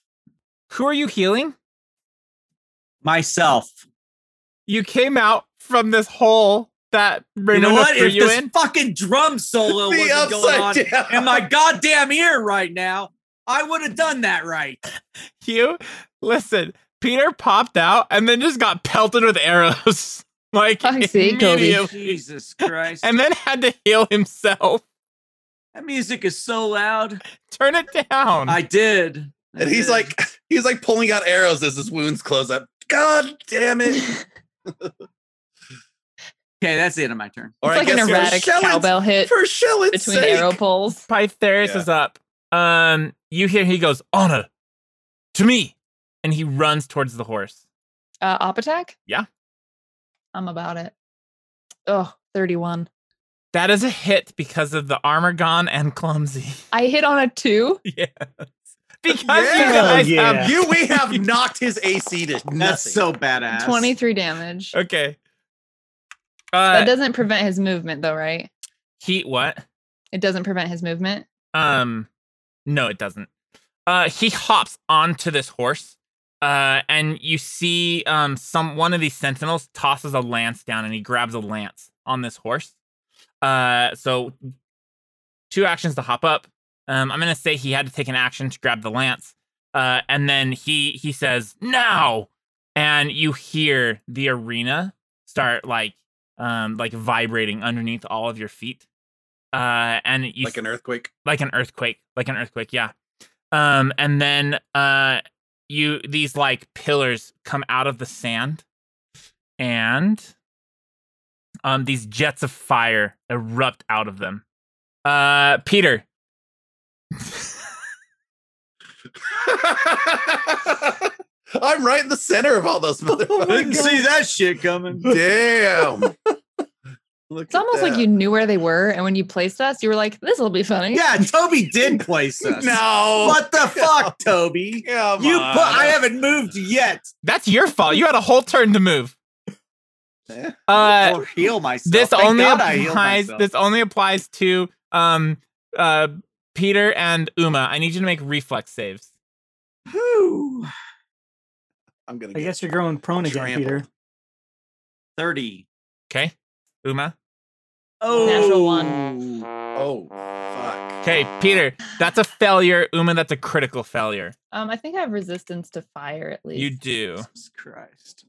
Who are you healing? Myself. You came out from this hole that you Raimundo know what? threw If you this in. fucking drum solo The wasn't going on upside down. in my goddamn ear right now, I would have done that right. You listen. Peter popped out and then just got pelted with arrows, like I see, Cody. immediately, Jesus Christ. and then had to heal himself. that music is so loud. Turn it down. I did. I And he's did. like, he's like pulling out arrows as his wounds close up. God damn it! okay, that's the end of my turn. Or it's like an for erratic Shillin's- cowbell hit For Shillin's between sake. arrow poles. Pytherius Yeah. is up. Um, you hear he goes, Honor to me. And he runs towards the horse. Uh, op attack. Yeah. I'm about it. Oh, 31. That is a hit because of the armor gone and clumsy. I hit on a two. yes. Because you Yeah. guys Hell yeah. have- You, we have knocked his AC to nothing. That's so badass. 23 damage. Okay. That Uh, doesn't prevent his movement, though, right? he what? It doesn't prevent his movement. Um, no, it doesn't. Uh, he hops onto this horse. Uh, and you see, um, some one of these sentinels tosses a lance down, and he grabs a lance on this horse. Uh, so two actions to hop up. Um, I'm gonna say he had to take an action to grab the lance. Uh, and then he he says now, and you hear the arena start like um like vibrating underneath all of your feet. Uh, and you like an earthquake. like an earthquake, like an earthquake, yeah. Um, and then uh, you these like pillars come out of the sand, and Um, these jets of fire erupt out of them. Uh, Peter, I'm right in the center of all Oh those motherfuckers. Didn't see that shit coming. Damn. Look It's almost like you knew where they were, and when you placed us, you were like, "This will be funny." Yeah, Toby did place us. No. What the fuck, Toby? Come You put. on. I haven't moved yet. that's your fault. You had a whole turn to move. Eh, Uh, or heal myself. this Thank only God I healed applies. myself. This only applies to um, uh, Peter and Uma. I need you to make reflex saves. Whew. I'm gonna. I get guess you're growing prone again, Peter. trampled. Thirty. Okay, Uma. Oh, Natural one. Oh, fuck. Okay, Peter. That's a failure. Uma, that's a critical failure. Um, I think I have resistance to fire at least. You do. Jesus Christ.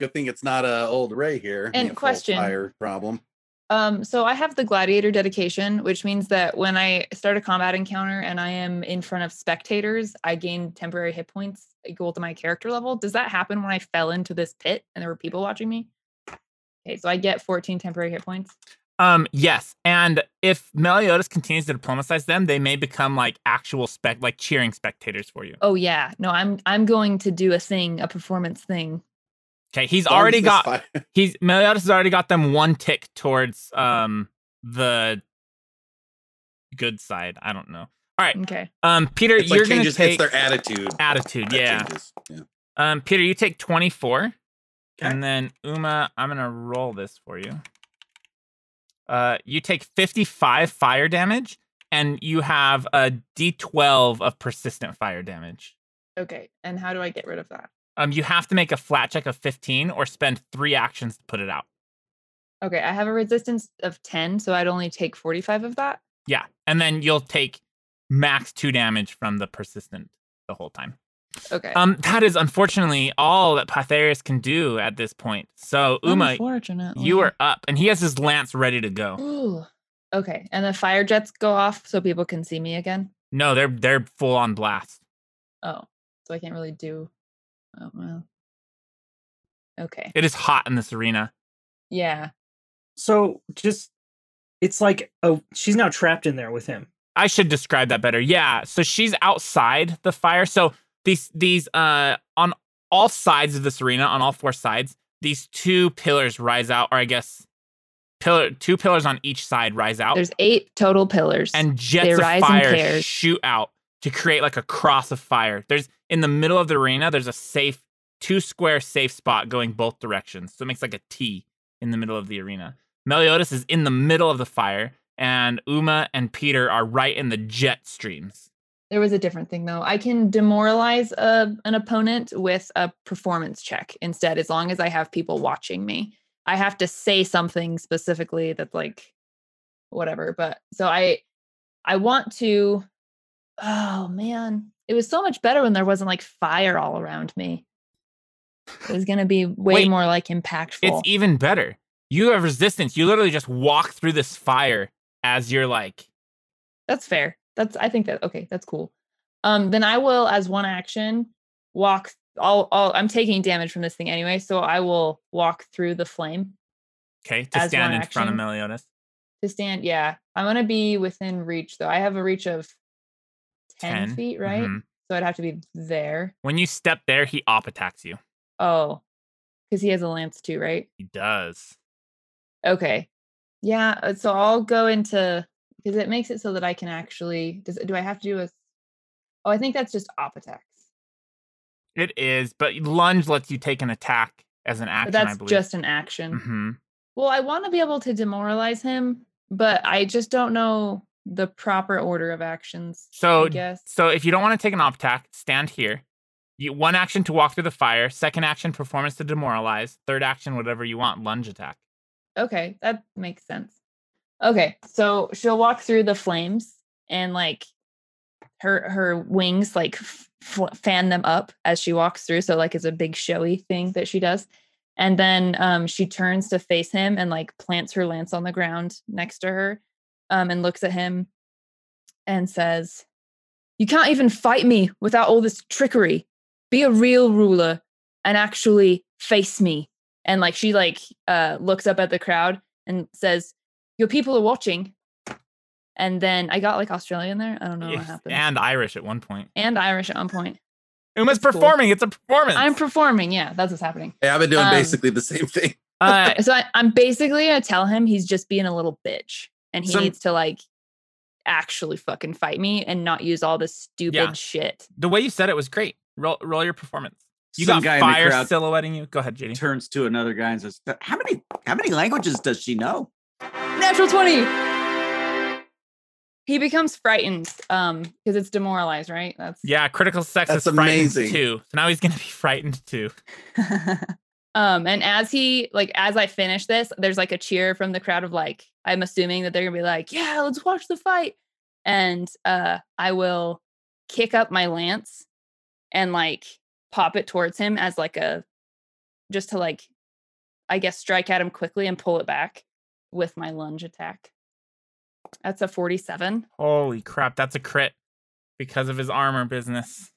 Good thing it's not a uh, old Ray here. And the full question. fire problem. Um, so I have the gladiator dedication, which means that when I start a combat encounter and I am in front of spectators, I gain temporary hit points equal to my character level. Does that happen when I fell into this pit and there were people watching me? Okay, so I get 14 temporary hit points. Um, yes, and if Meliodas continues to diplomatize them, they may become like actual spec, like cheering spectators for you. Oh yeah, no, I'm I'm going to do a thing, a performance thing. Okay, he's As long already as this got fire- he's Meliodas has already got them one tick towards um the good side. I don't know. Okay, Um, Peter, It's you're like gonna changes take hits their attitude. attitude. That Yeah. changes. yeah. Um, Peter, you take twenty four, Okay. and then Uma, I'm gonna roll this for you. Uh, you take fifty five fire damage, and you have a D12 of persistent fire damage. okay. And how do I get rid of that? Um, you have to make a flat check of 15 or spend three actions to put it out. Okay, I have a resistance of 10, so I'd only take 45 of that. Yeah. And then you'll take max two damage from the persistent the whole time. Okay. Um, that is unfortunately all that Pytherius can do at this point. So, Uma, Unfortunately. you are up, and he has his lance ready to go. Ooh. Okay. And the fire jets go off so people can see me again. No, they're they're full on blast. Oh, so I can't really do. Oh, well. Okay. It is hot in this arena. Yeah. So just it's like oh she's now trapped in there with him. I should describe that better. Yeah. So she's outside the fire. So these these uh on all sides of this arena, on all four sides, these two pillars rise out, or I guess pillar two pillars on each side rise out. There's eight total pillars. and jets they of rise in fire pairs. shoot out to create like a cross of fire. There's in the middle of the arena, there's a safe two square safe spot going both directions. So it makes like a T in the middle of the arena. Meliodas is in the middle of the fire, and Uma and Peter are right in the jet streams. there was a different thing though. I can demoralize a, an opponent with a performance check instead, as long as I have people watching me. I have to say something specifically that's like whatever. But so I I want to oh man. It was so much better when there wasn't like fire all around me. It was gonna be way Wait, more like impactful. It's even better. You have resistance. You literally just walk through this fire as you're like That's fair. That's I think that okay, that's cool. Um then I will as one action walk I'll, I'll I'm taking damage from this thing anyway, so I will walk through the flame okay to As stand in one front of action. Meliodas. to stand. Yeah. I'm gonna be within reach though. I have a reach of 10, 10, feet, right? Mhm. So I'd have to be there. When you step there, he op attacks you. Oh. Because he has a lance too, right? He does. Okay. Yeah, uh, so I'll go into because it makes it so that I can actually does it do I have to do a s- Oh, I think that's just op attacks. It is, but lunge lets you take an attack as an action. But I that's believe. just an action. hmm Well, I want to be able to demoralize him, but I just don't know the proper order of actions. So, I guess. so if you don't want to take an op attack, stand here. You one action to walk through the fire, second action performance to demoralize, third action whatever you want, lunge attack. Okay, that makes sense. Okay, so she'll walk through the flames and like her her wings like f- f- fan them up as she walks through. So like it's a big showy thing that she does. And then um, she turns to face him and like plants her lance on the ground next to her um, and looks at him and says, You can't even fight me without all this trickery. Be a real ruler and actually face me and like she like uh looks up at the crowd and says your people are watching and then i got like australian there i don't know what Yes, happened and, and Irish at one point. irish at one point Uma's That's cool. performing. It's a performance. i'm performing yeah that's what's happening Hey, I've been doing Um, basically the same thing. uh, so I, i'm basically gonna tell him he's just being a little bitch and he Some- needs to like actually fucking fight me and not use all this stupid Yeah. shit the way you said it was great. Roll, roll your performance. You Some got guy in the fire crowd silhouetting you. Go ahead, Jenny. turns to another guy and says, "How many how many languages does she know?" natural 20 he becomes frightened um because it's demoralized right that's Yeah, critical sex That's is frightened amazing. too. So now he's gonna be frightened too. um and as he like as i finish this there's like a cheer from the crowd of like i'm assuming that they're gonna be like yeah let's watch the fight and uh i will kick up my lance and like pop it towards him as like a just to like i guess strike at him quickly and pull it back with my lunge attack that's a 47 Holy crap, that's a crit because of his armor business.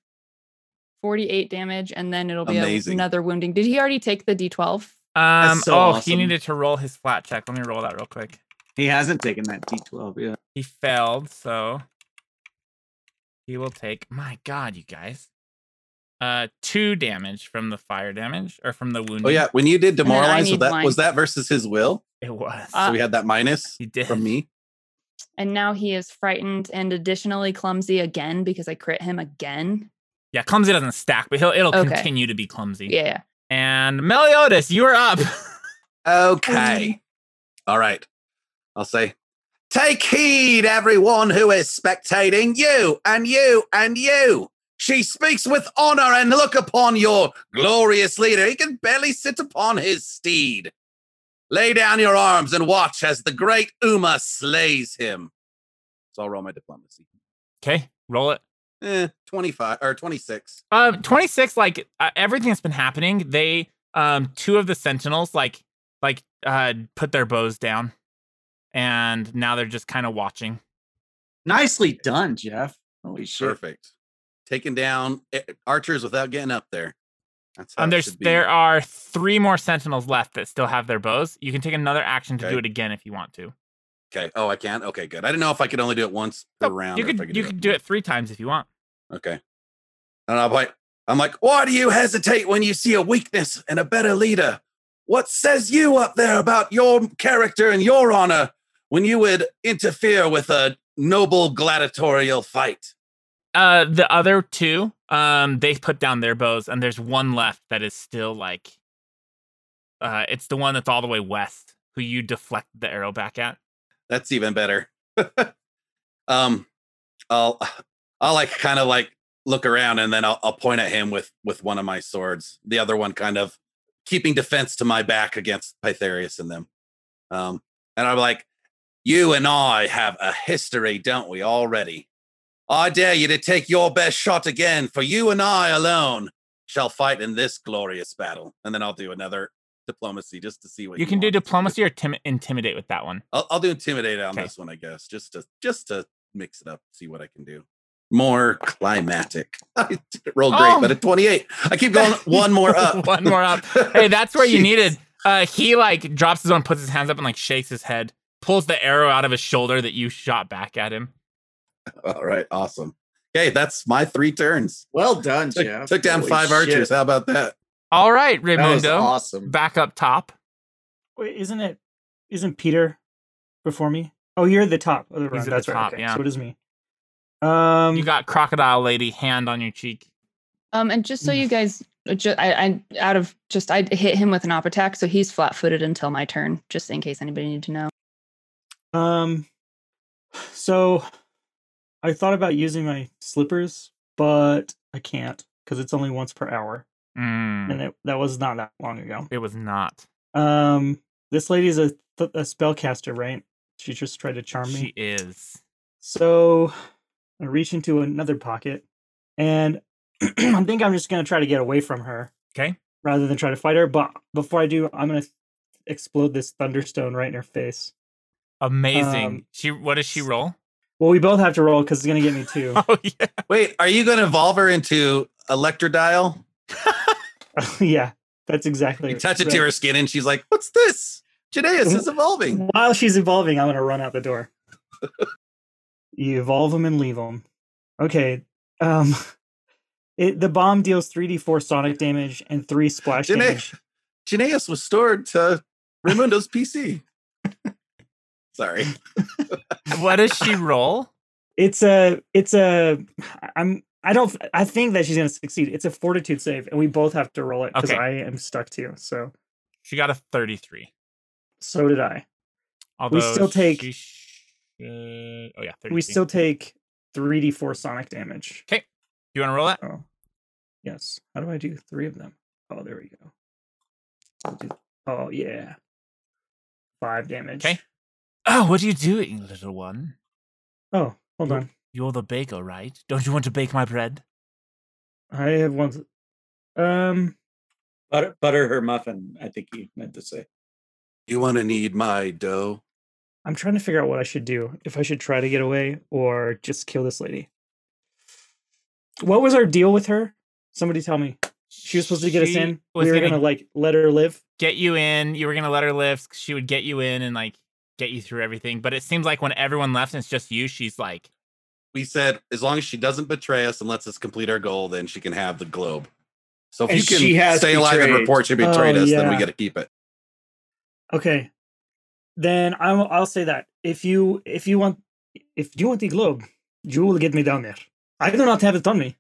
48 damage and then it'll be a- Amazing. another wounding did he already take the d12 Um. so oh, he awesome. needed to roll his flat check. Let me roll that real quick. He hasn't taken that D12 yet. He failed, so he will take. My God, you guys. Uh, two damage from the fire damage or from the wound. Oh yeah, when you did then I demoralize, was need that mine. was that versus his will? it was. Uh, so we had that minus he did. from me. and now he is frightened and additionally clumsy again because I crit him again. Yeah, clumsy doesn't stack, but he'll it'll Okay. continue to be clumsy. Yeah, yeah. And Meliodas, you are up. Okay. All right. I'll say, take heed, everyone who is spectating, you and you and you. She speaks with honor and look upon your glorious leader. He can barely sit upon his steed. Lay down your arms and watch as the great Uma slays him. So I'll roll my diplomacy. okay, roll it. Eh, 25 or 26. Um, 26, like uh, everything that's been happening, they, um, two of the sentinels, like, like, uh, put their bows down and now they're just kind of watching. Nicely done, Jeff. Holy shit. Perfect. Taking down eh, archers without getting up there. That's how Um, it there's, should be. there are three more sentinels left that still have their bows. You can take another action to Okay. do it again if you want to. Okay. Oh, I can. Okay, good. I didn't know if I could only do it once per Nope, round. you or if I could, you could do it three times if you want. Okay. And I'm like, I'm like, why do you hesitate when you see a weakness and a better leader? What says you up there about your character and your honor when you would interfere with a noble gladiatorial fight? Uh, the other two, um, they put down their bows, and there's one left that is still like, uh, it's the one that's all the way west, who you deflect the arrow back at. That's even better. um, I'll, I'll like kind of like look around and then I'll, I'll point at him with with one of my swords. The other one kind of keeping defense to my back against Pytherius and them. Um, and I'm like, you and I have a history, don't we? Already, I dare you to take your best shot again, for you and I alone shall fight in this glorious battle. And then I'll do another diplomacy just to see what You can do want me to diplomacy or tim- intimidate with that one. I'll, I'll do intimidate on Okay. this one, I guess, just to just to mix it up, see what I can do. More climatic. I rolled great, Oh. but at 28, I keep going one more up. One more up. Hey, that's where you Jeez. needed. Uh, he like drops his own, puts his hands up, and like shakes his head, pulls the arrow out of his shoulder that you shot back at him. All right, awesome. Okay, that's my three turns. Well done, Took, Jeff. took down Holy five archers. shit. How about that? All right, That was Raimundo, awesome. back up top. Wait, isn't it? Isn't Peter before me? Oh, you're at the top of the round. at the That's right. top, okay. yeah. So it is me. Um, You got crocodile lady hand on your cheek. Um, and just so Mm. you guys, just, I, I out of just I hit him with an op attack, so he's flat-footed until my turn, just in case anybody needed to know. Um, so I thought about using my slippers, but I can't because it's only once per hour, Mm, and it, that was not that long ago. it was not. Um, this lady's a th- a spellcaster, right? She just tried to charm me. She is. So I reach into another pocket, and I think I'm just gonna try to get away from her. 'Kay. Rather than try to fight her, but before I do, I'm gonna explode this thunderstone right in her face. Amazing. Um, she what does she s- roll? Well, we both have to roll because it's gonna get me too. Oh yeah. Wait, are you going to evolve her into Electrodial? yeah. That's exactly You touch it right. to her skin, and she's like, "What's this? Jadaeus is evolving." While she's evolving, I'm gonna run out the door. you evolve them and leave them. Okay. Um, it, the bomb deals 3d4 sonic damage and three splash Janae. damage. Janaeus was stored to Raimundo's PC. Sorry, What does she roll? It's a, it's a, I'm, I don't, I think that she's gonna succeed. It's a fortitude save, and we both have to roll it because Okay. I am stuck to you. So, She got a 33. so did I. Although still take- she sh- uh, oh yeah, 33. We still take 3d4 sonic damage. You want to roll that? Oh, yes. How do I do three of them? Oh, there we go. I'll do- Oh, yeah. Five damage. Okay. Oh, what are you doing, little one? Oh, hold Ooh. on. You're the baker, right? Don't you want to bake my bread? I have one. Um, Butter, butter her muffin, I think he meant to say. you want to need my dough. I'm trying to figure out what I should do. If I should try to get away or just kill this lady. What was our deal with her? Somebody tell me. She was supposed to get She us in. was We were gonna gonna like let her live. get you in. You were gonna let her lift. She would get you in and like get you through everything. But it seems like when everyone left and it's just you, she's like, We said as long as she doesn't betray us and lets us complete our goal, then she can have the globe. So if And you can she has stay alive and betrayed. report she betrayed Oh, us, then we yeah. got to keep it. Okay. Then I'm, I'll say that if you if you want if you want the globe, you will get me down there. I do not have it on me.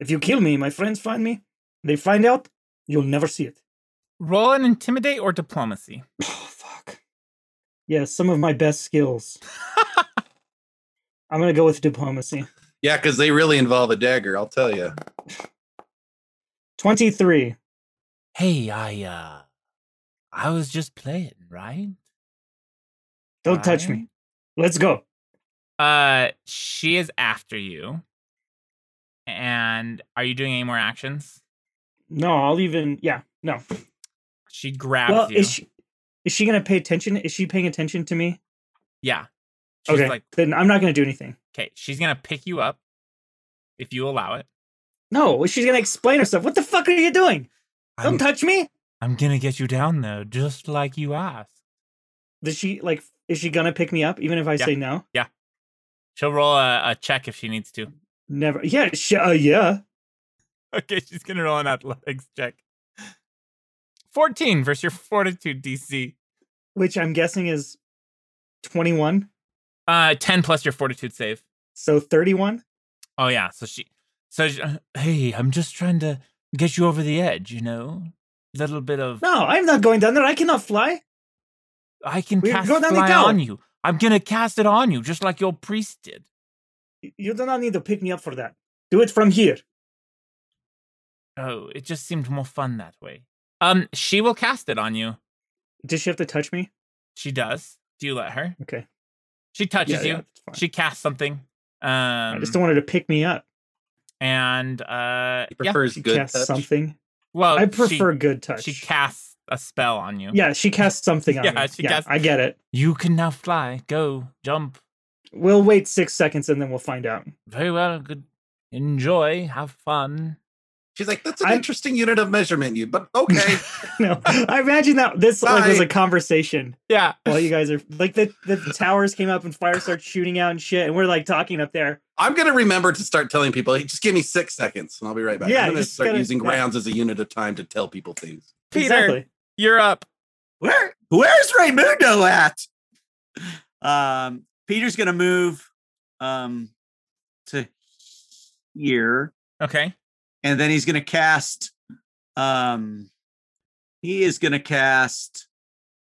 If you kill me, my friends find me. They find out. You'll never see it. roll an intimidate or diplomacy. Oh fuck. Yeah, some of my best skills. I'm gonna go with diplomacy. Yeah, because they really involve a dagger. I'll tell you. Twenty three. Hey, I uh, I was just playing, right? Don't touch me. Let's go. Uh, she is after you. And are you doing any more actions? No, I'll even. Yeah, no. She grabs Well, you. is she is she gonna pay attention? Is she paying attention to me? yeah. She's okay, like, then I'm not gonna do anything. okay, she's gonna pick you up if you allow it. No, she's gonna explain herself. What the fuck are you doing? Don't I'm, touch me. I'm gonna get you down there, just like you asked. Does she like? Is she gonna pick me up even if I Yeah. say no? She'll roll a, a check if she needs to. Never. Yeah. She, uh, yeah. Okay, she's gonna roll an athletics check. 14 versus your fortitude DC. Which I'm guessing is twenty-one. Uh, 10 plus your fortitude save. So thirty-one. Oh yeah, so she, so she, uh, hey, I'm just trying to get you over the edge, you know, little bit of No, I'm not going down there. I cannot fly. I can we cast go down the fly tower. on you. I'm gonna cast it on you, just like your priest did. Y- You do not need to pick me up for that. Do it from here. Oh, it just seemed more fun that way. Um, she will cast it on you. Does she have to touch me? She does. Do you let her? Okay. She touches you. that's fine. She casts something. I Um, just don't want her to pick me up. and uh, yeah. He prefers She good casts touch. something. Well, I Oh, she- prefer good touch. She casts a spell on you. Yeah, she casts something on Yeah, me. she yeah, casts- I get it. You can now fly. Go, jump. We'll wait six seconds and then we'll find out. Very well. Good. Enjoy. Have fun. She's like, "That's an I'm- interesting unit of measurement, you." But okay, no, I imagine that this like was Bye. a conversation Yeah. while you guys are like the the towers came up and fire starts shooting out and shit, and we're like talking up there. I'm gonna remember to start telling people. "Hey, Just give me six seconds, and I'll be right back. I'm Yeah, you gonna just start gotta- using yeah. rounds as a unit of time to tell people things. Peter, Exactly. you're up. Where where's Raymundo at? Um, Peter's gonna move um to here, Okay. and then he's gonna cast um he is gonna cast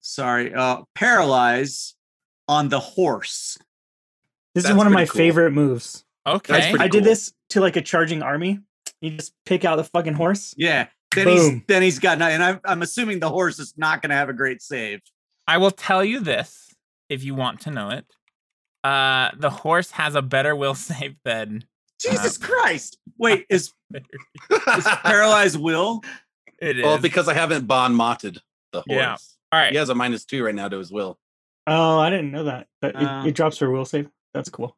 sorry, uh paralyze on the horse. This is That's one of my pretty cool. favorite moves. Okay. pretty- I did cool. this to like a charging army. You just pick out the fucking horse. Yeah. Then he's Boom. then he's got nine, and I'm I'm assuming the horse is not gonna have a great save. I will tell you this if you want to know it. Uh, the horse has a better will save than Jesus Um, Christ. Wait, is is paralyzed will? it is. well, because I haven't bon moted the horse. Yeah. All right. He has a minus two right now to his will. Oh, I didn't know that. But it, Oh. it drops her will save. That's cool.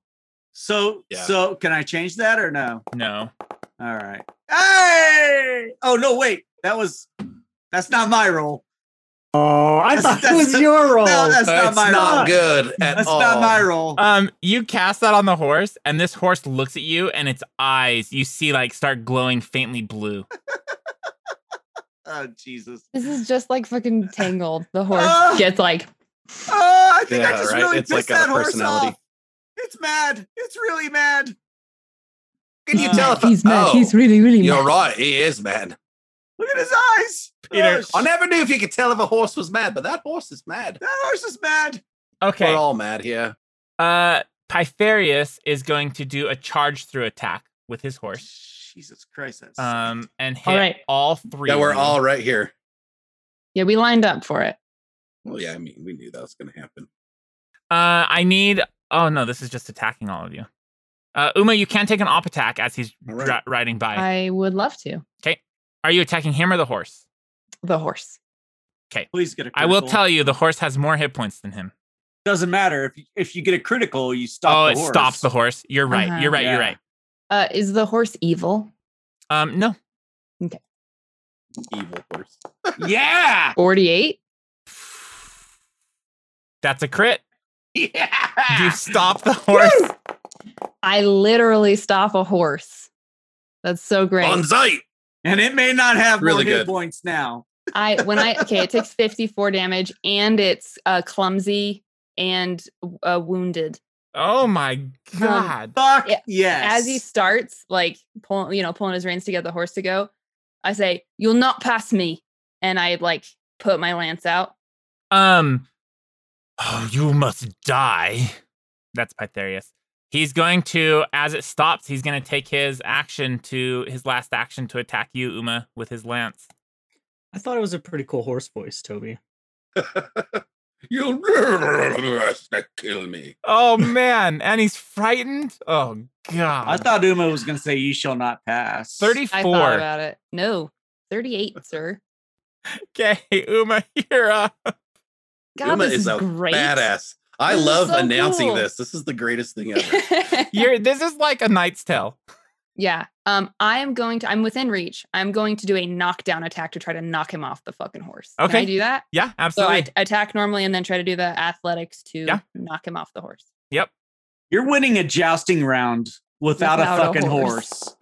So Yeah. so can I change that or no? No. All right. Hey! Oh no, wait. That was That's not my role. Oh, I That's- thought it that's- was your role. No, that's That's not my not, role. good at That's all. Oh. not my role. Uh, Um, you cast that on the horse, and this horse looks at you, and its eyes you see like start glowing faintly blue. oh Jesus. This is just like fucking Tangled. The horse Ah! gets like, Oh, I think I Yeah, just right? really It's pissed like got a that horse personality. off. It's mad. It's really mad. Can you Uh, tell if he's mad. oh, he's really, really You're mad. right. He is mad. Look at his eyes. Peter, Oh, sh- I never knew if you could tell if a horse was mad, but that horse is mad. that horse is mad. Okay. We're all mad here. Uh, Pytherius is going to do a charge through attack with his horse. Jesus Christ. That's Um, and hit All all, right. three. Yeah, of we're you. all right here. Yeah, we lined up for it. Well, yeah, I mean, we knew that was going to happen. Uh, I need. Oh no, this is just attacking all of you. Uh, Uma, you can take an op attack as he's All right. dri- riding by. I would love to. Are you attacking him or the horse? The horse. Please get a I critical. will tell you, the horse has more hit points than him. Doesn't matter if you, if you get a critical, you oh, stop. it the horse. stops the horse. You're right. Uh-huh. You're right. You're Yeah. right. Uh, is the horse evil? Um, no, Evil horse. yeah. 48? that's a crit. Yeah. Ah. You stop the horse. I literally stop a horse. That's so great. On site. and it may not have Really more hit good. points now. I when I okay, it takes 54 damage and it's uh clumsy and uh, wounded. Oh my Um, god. Fuck Yeah, yes. As he starts like pulling, you know, pulling his reins to get the horse to go, I say, "You'll not pass me," and I like put my lance out. Um, oh, you must die. That's Pytherius. He's going to, as it stops, he's going to take his action to his last action to attack you, Uma, with his lance. I thought it was a pretty cool horse voice, Toby. You'll kill me. Oh man, and he's frightened. Oh god. I thought Uma was gonna say, "You shall not pass." I thought 34. about it. No, 38, sir. Okay, Uma, you're uh, up. God, Uma this is is, a great. Badass. I This is love so announcing cool. this. This is the greatest thing ever. You're this is like a knight's tale. yeah. Um, I am going to. I'm within reach. I'm going to do a knockdown attack to try to knock him off the fucking horse. Can Okay. I do that? Yeah, So absolutely. I t- attack normally and then try to do the athletics to Yeah. knock him off the horse. You're winning a jousting round without, Without a a fucking horse. horse.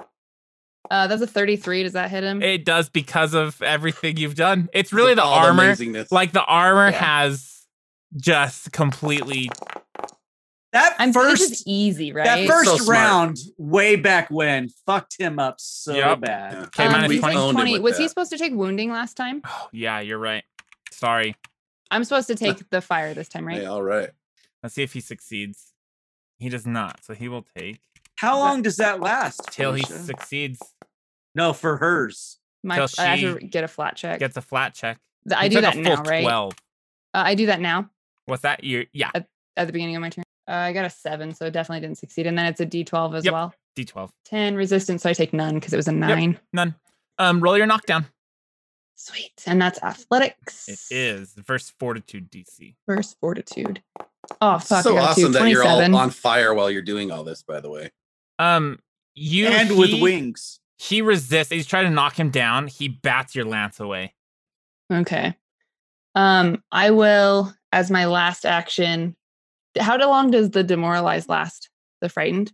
Uh, that's a 33. Does that hit him? it does because of everything you've done. It's really the All armor. amazingness. Like the armor Yeah. has just completely That I'm this is first easy, right? that So first smart. round way back when fucked him up so Yep. bad. Okay, minus he we takes 20. owned him with Was he that. supposed to take wounding last time? Oh, yeah, you're right. Sorry. I'm supposed to take the fire this time, right? Yeah, all right. Let's see if he succeeds. He does not. So he will take How long does that last? till he Felicia? succeeds, no for hers. My, Till I have she to get a flat check. gets a flat check. Th- I He do took that a now, full right? 12. Uh, I do that now What's that? You yeah, at the beginning of my turn. Uh, I got a seven, so it definitely didn't succeed. And then it's a D12 as Yep. well. D12. 10 resistance, so I take none because it was a nine. None. Um roll your knockdown. Sweet. And that's athletics. It is verse fortitude DC. First fortitude. Oh, fuck. I so got a two. awesome that you're all 27. on fire while you're doing all this, by the way. Um you and with he- wings. He resists. He's trying to knock him down. He bats your lance away. Okay. Um, I will as my last action. How long does the demoralize last? The frightened.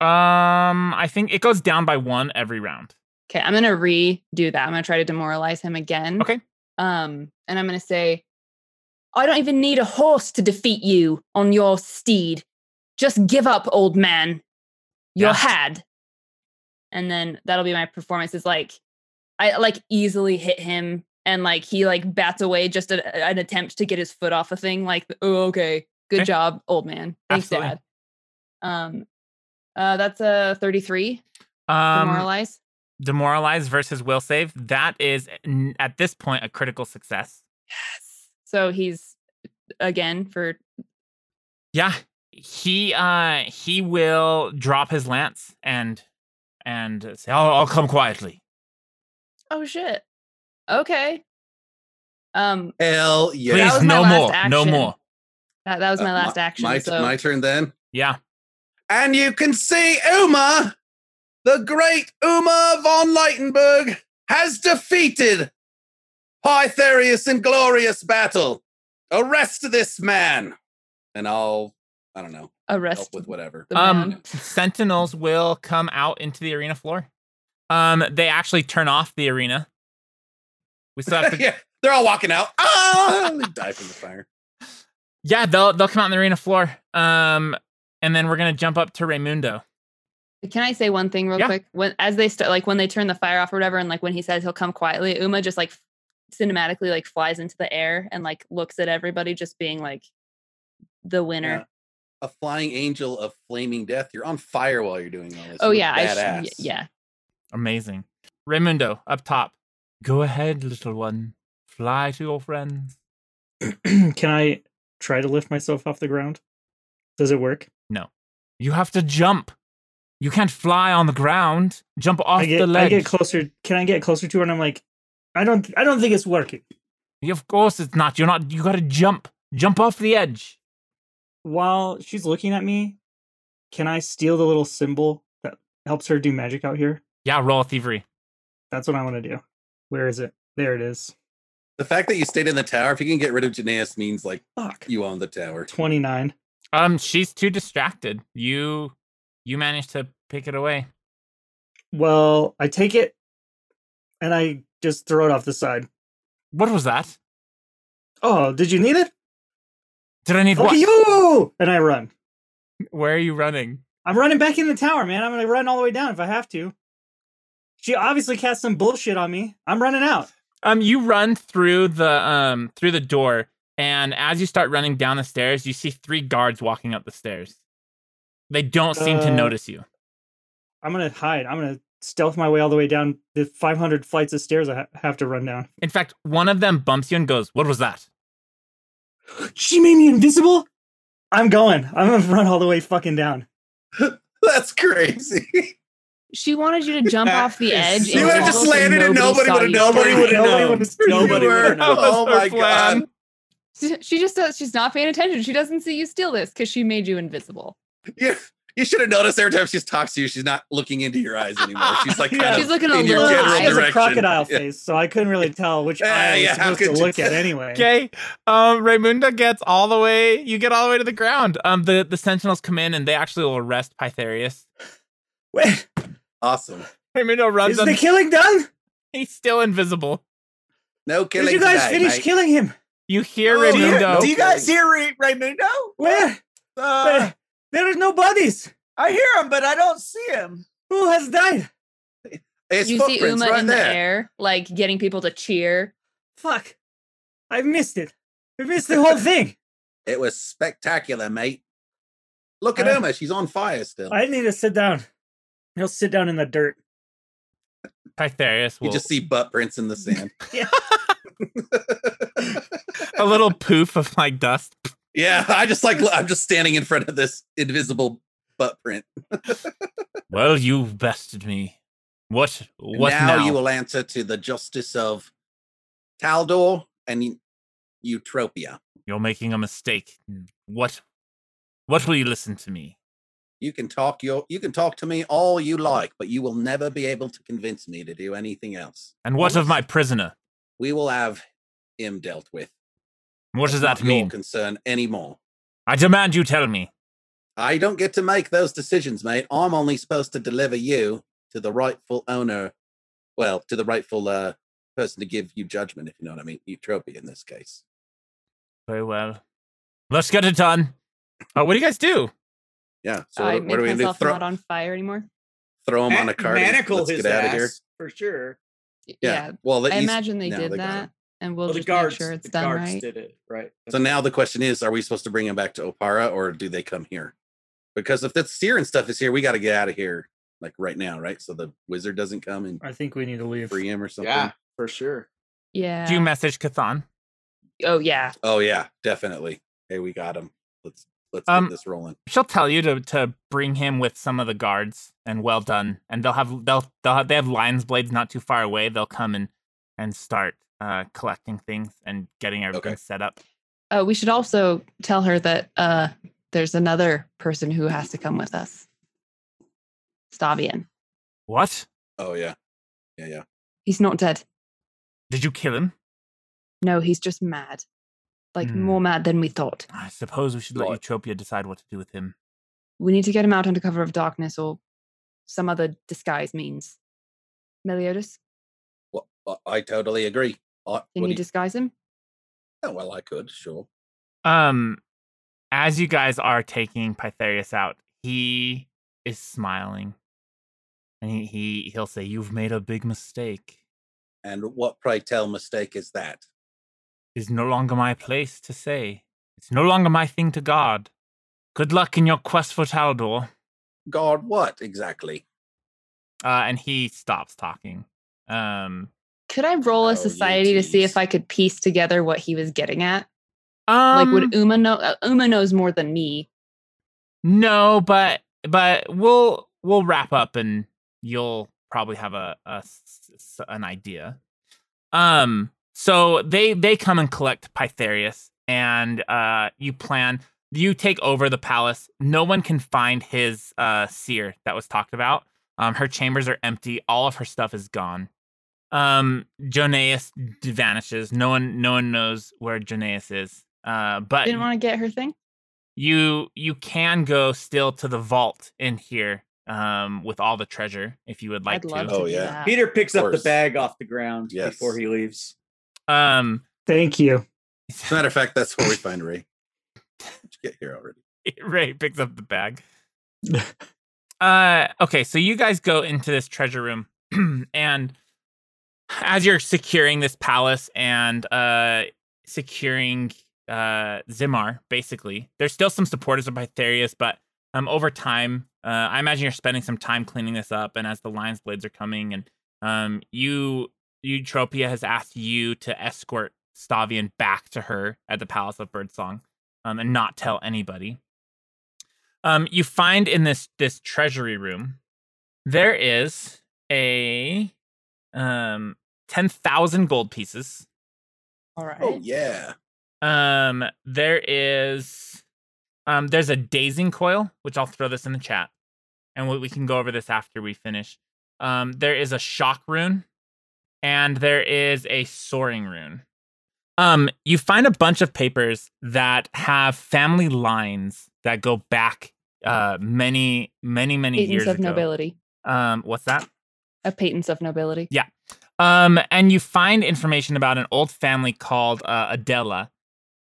Um, I think it goes down by one every round. Okay, I'm gonna redo that. I'm gonna try to demoralize him again. Okay. Um, and I'm gonna say, I don't even need a horse to defeat you on your steed. Just give up, old man. You're Yeah. had. And then that'll be my performance. Is like, I like easily hit him, and like he like bats away just a, an attempt to get his foot off a thing. Like, oh, okay, good Okay. job, old man. Thanks, Absolutely. dad. Um, uh, that's a 33 Um, demoralize. demoralize versus will save. That is n- at this point a critical success. Yes. So he's again for Yeah, he uh he will drop his lance and and say, "I'll, I'll come quietly." oh shit. Okay. Um Hell Please, yeah. was my no last more, no action. more. that, that was my last action. Uh, My, so my turn then. Yeah, And you can see Uma, the great Uma von Leitenberg, has defeated Pytherius in glorious battle. Arrest this man. And I'll, I don't know, help Arrest with whatever. the Um, man. sentinels will come out into the arena floor. Um, they actually turn off the arena. We still have to. yeah, they're all walking out. Ah, they die from the fire. yeah, they'll they'll come out on the arena floor. Um, and then we're gonna jump up to Raymundo. Can I say one thing real Yeah. quick? When as they st- like when they turn the fire off or whatever, and like when he says he'll come quietly, Uma just like cinematically like flies into the air and like looks at everybody, just being like the winner. Yeah. A flying angel of flaming death. You're on fire while you're doing all this. Oh You're yeah, I sh- badass. y- yeah. Amazing. Raymundo up top. Go ahead, little one. Fly to your friends. Can I try to lift myself off the ground? Does it work? You have to jump. You can't fly on the ground. Jump off I get the ledge. I get closer. Can I get closer to her? And I'm like, I don't I don't think it's working. Of course it's not. You're not. You gotta jump. Jump off the edge. While she's looking at me, can I steal the little symbol that helps her do magic out here? Yeah, roll thievery. That's what I want to do. Where is it? There it is. The fact that you stayed in the tower, if you can get rid of Janaeus, means like Fuck. you own the tower. 29. Um, she's too distracted. You, you managed to pick it away. Well, I take it and I just throw it off the side. What was that? Oh, did you need it? Did I need Fuck what? you! And I run. Where are you running? I'm running back in the tower, man. I'm gonna run all the way down if I have to. She obviously cast some bullshit on me. I'm running out. Um, you run through the um through the door, and as you start running down the stairs, you see three guards walking up the stairs. They don't seem to Uh, notice you. I'm gonna hide. I'm gonna stealth my way all the way down the 500 flights of stairs I ha- have to run down. In fact, one of them bumps you and goes, "What was that?" She made me invisible. I'm going. I'm gonna run all the way fucking down. That's crazy. She wanted you to jump off the edge. You into would have the just world, landed and nobody saw would have you. nobody would have Nobody known. would've- nobody You would've were- known. Oh That was my her plan. god. She- She just does. She's not paying attention. She doesn't see you steal this because she made you invisible. You, you should have noticed every time she talks to you, she's not looking into your eyes anymore. She's like kind Yeah. of She's looking a in your little general she has eyes. a direction. crocodile Yeah. face, so I couldn't really tell which Yeah, eye I was yeah, how supposed to could you look at tell? anyway. Okay. Um, Raymunda gets all the way. You get all the way to the ground. Um, the the sentinels come in and they actually will arrest Pytherius. Wait, Awesome. Raymundo is runs. On, the killing done? he's still invisible. No killing. Did you guys today, finish mate. killing him? You hear Oh, Raymundo. dear. Do you guys hear Ray- Raymundo? Where? Uh, Where? There is no bodies. I hear him, but I don't see him. Who has died? It's You see footprints Uma right in the there. air, like getting people to cheer. Fuck. I missed it. I missed the whole thing. It was spectacular, mate. Look at Uh, Uma. She's on fire still. I need to sit down. He'll sit down in the dirt. Pytherius will you just see butt prints in the sand. Yeah. a little poof of like dust. yeah, I just like I'm just standing in front of this invisible butt print. Well, you bested me. What? What now, you will answer to the justice of Taldor and Eutropia. You're making a mistake. What? What will you listen to me? You can talk your you can talk to me all you like, but you will never be able to convince me to do anything else. And what of my prisoner? We will have him dealt with. What does That's that not your mean? concern anymore. I demand you tell me. I don't get to make those decisions, mate. I'm only supposed to deliver you to the rightful owner, well, to the rightful uh, person to give you judgment, if you know what I mean. Eutropia in this case. Very well. Let's get it done. Uh, what do you guys do? Yeah. So I what, make what are we gonna do? myself Throw, not on fire anymore. throw him on Ma- a cart. and Manacle Let's his get out ass of here. for sure. Y- Yeah. Yeah, Well, the I East- imagine they no, did they got that, him. and we'll Well, the just guards, make sure it's the done guards right. did it right. So now the question is: Are we supposed to bring him back to Opara, or do they come here? Because if that Siren stuff is here, we got to get out of here like right now, right? So the wizard doesn't come and I think we need to leave. free him or something. Yeah, for sure. Yeah. Do you message Kathan? oh yeah. Oh yeah, definitely. Hey, we got him. Let's let's Um, get this rolling. She'll tell you to to bring him with some of the guards, and well done. And they'll have they'll they'll have, they have lion's blades not too far away. They'll come and and start uh, collecting things and getting everything Okay. set up. Uh, we should also tell her that uh, there's another person who has to come with us. Stavian. What? Oh yeah, yeah, yeah. He's not dead. Did you kill him? No, he's just mad. Like Hmm. more mad than we thought. I suppose we should let Lord. Eutropia decide what to do with him. We need to get him out under cover of darkness or some other disguise means. Meliodas, Well, I- I totally agree. I, can you what do disguise him? oh, well, I could, sure. Um, as you guys are taking Pytherius out, he is smiling, and he, he he'll say, "You've made a big mistake. And what, pray tell, mistake is that? It's no longer my place to say. It's no longer my thing to guard. Good luck in your quest for Taldor." God, what exactly? Uh, and he stops talking. Um, Could I roll Oh, a you society to see tease. if I could piece together what he was getting at? um, like, would Uma know? Uh, Uma knows more than me. No, but but we'll we'll wrap up and you'll probably have a, a s- s- an idea. Um so they they come and collect Pytherius and uh you plan you take over the palace. No one can find his uh seer that was talked about. Um her chambers are empty, all of her stuff is gone. Um Jonaeus d- vanishes. No one no one knows where Jonaeus is. Uh but Didn't want to get her thing. you you can go still to the vault in here um with all the treasure if you would like I'd love to. Oh, do yeah. that. Peter picks up the course. bag off the ground Yes. before he leaves. um Thank you. As a matter of fact, that's where we find Ray. Did you get here already? ray picks up the bag uh okay so you guys go into this treasure room and as you're securing this palace and uh securing uh Zimar, basically. There's still some supporters of Pytherius, but um over time, uh I imagine you're spending some time cleaning this up and as the lion's blades are coming and um you Eutropia has asked you to escort Stavian back to her at the Palace of Birdsong um and not tell anybody. Um you find in this this treasury room there is a um 10,000 gold pieces. All right. Oh, yeah. Um, there is, um, there's a dazing coil, which I'll throw this in the chat, and we, we can go over this after we finish. Um, there is a shock rune, and there is a soaring rune. Um, you find a bunch of papers that have family lines that go back uh many many many Patents years of ago. nobility. Um, what's that? A patents of nobility. Yeah. Um, and you find information about an old family called uh, Adela,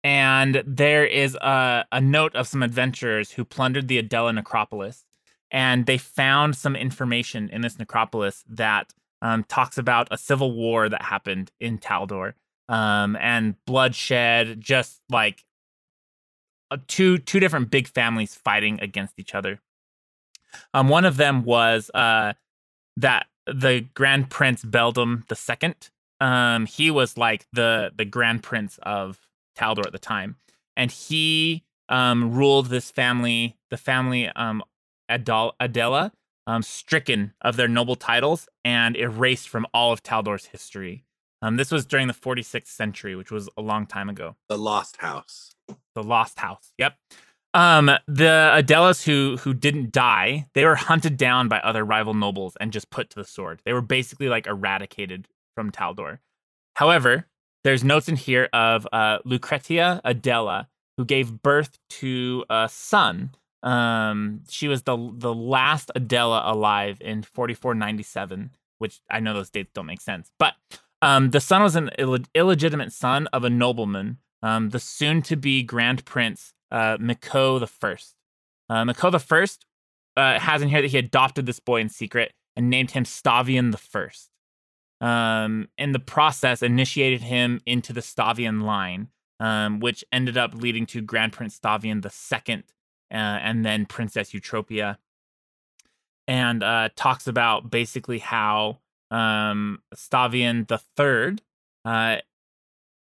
and there is a, a note of some adventurers who plundered the Adela necropolis, and they found some information in this necropolis that um, talks about a civil war that happened in Taldor, um, and bloodshed, just like uh, two two different big families fighting against each other. Um, one of them was uh that the Grand Prince Beldum II, um, he was like the the Grand Prince of Taldor at the time, and he um, ruled this family, the family um, Adal- Adela, um, stricken of their noble titles and erased from all of Taldor's history. Um, this was during the 46th century, which was a long time ago The Lost House. the lost house yep um the adelas who who didn't die they were hunted down by other rival nobles and just put to the sword they were basically like eradicated from taldor however there's notes in here of uh lucretia adela who gave birth to a son um she was the the last adela alive in 4497 which i know those dates don't make sense but um the son was an Ill- illegitimate son of a nobleman um, the soon-to-be Grand Prince uh, Miko the First. Uh, Miko the First uh, has in here that he adopted this boy in secret and named him Stavian the First. Um, in the process, initiated him into the Stavian line, um, which ended up leading to Grand Prince Stavian the Second, uh, and then Princess Eutropia. And uh, talks about basically how um, Stavian the Third uh,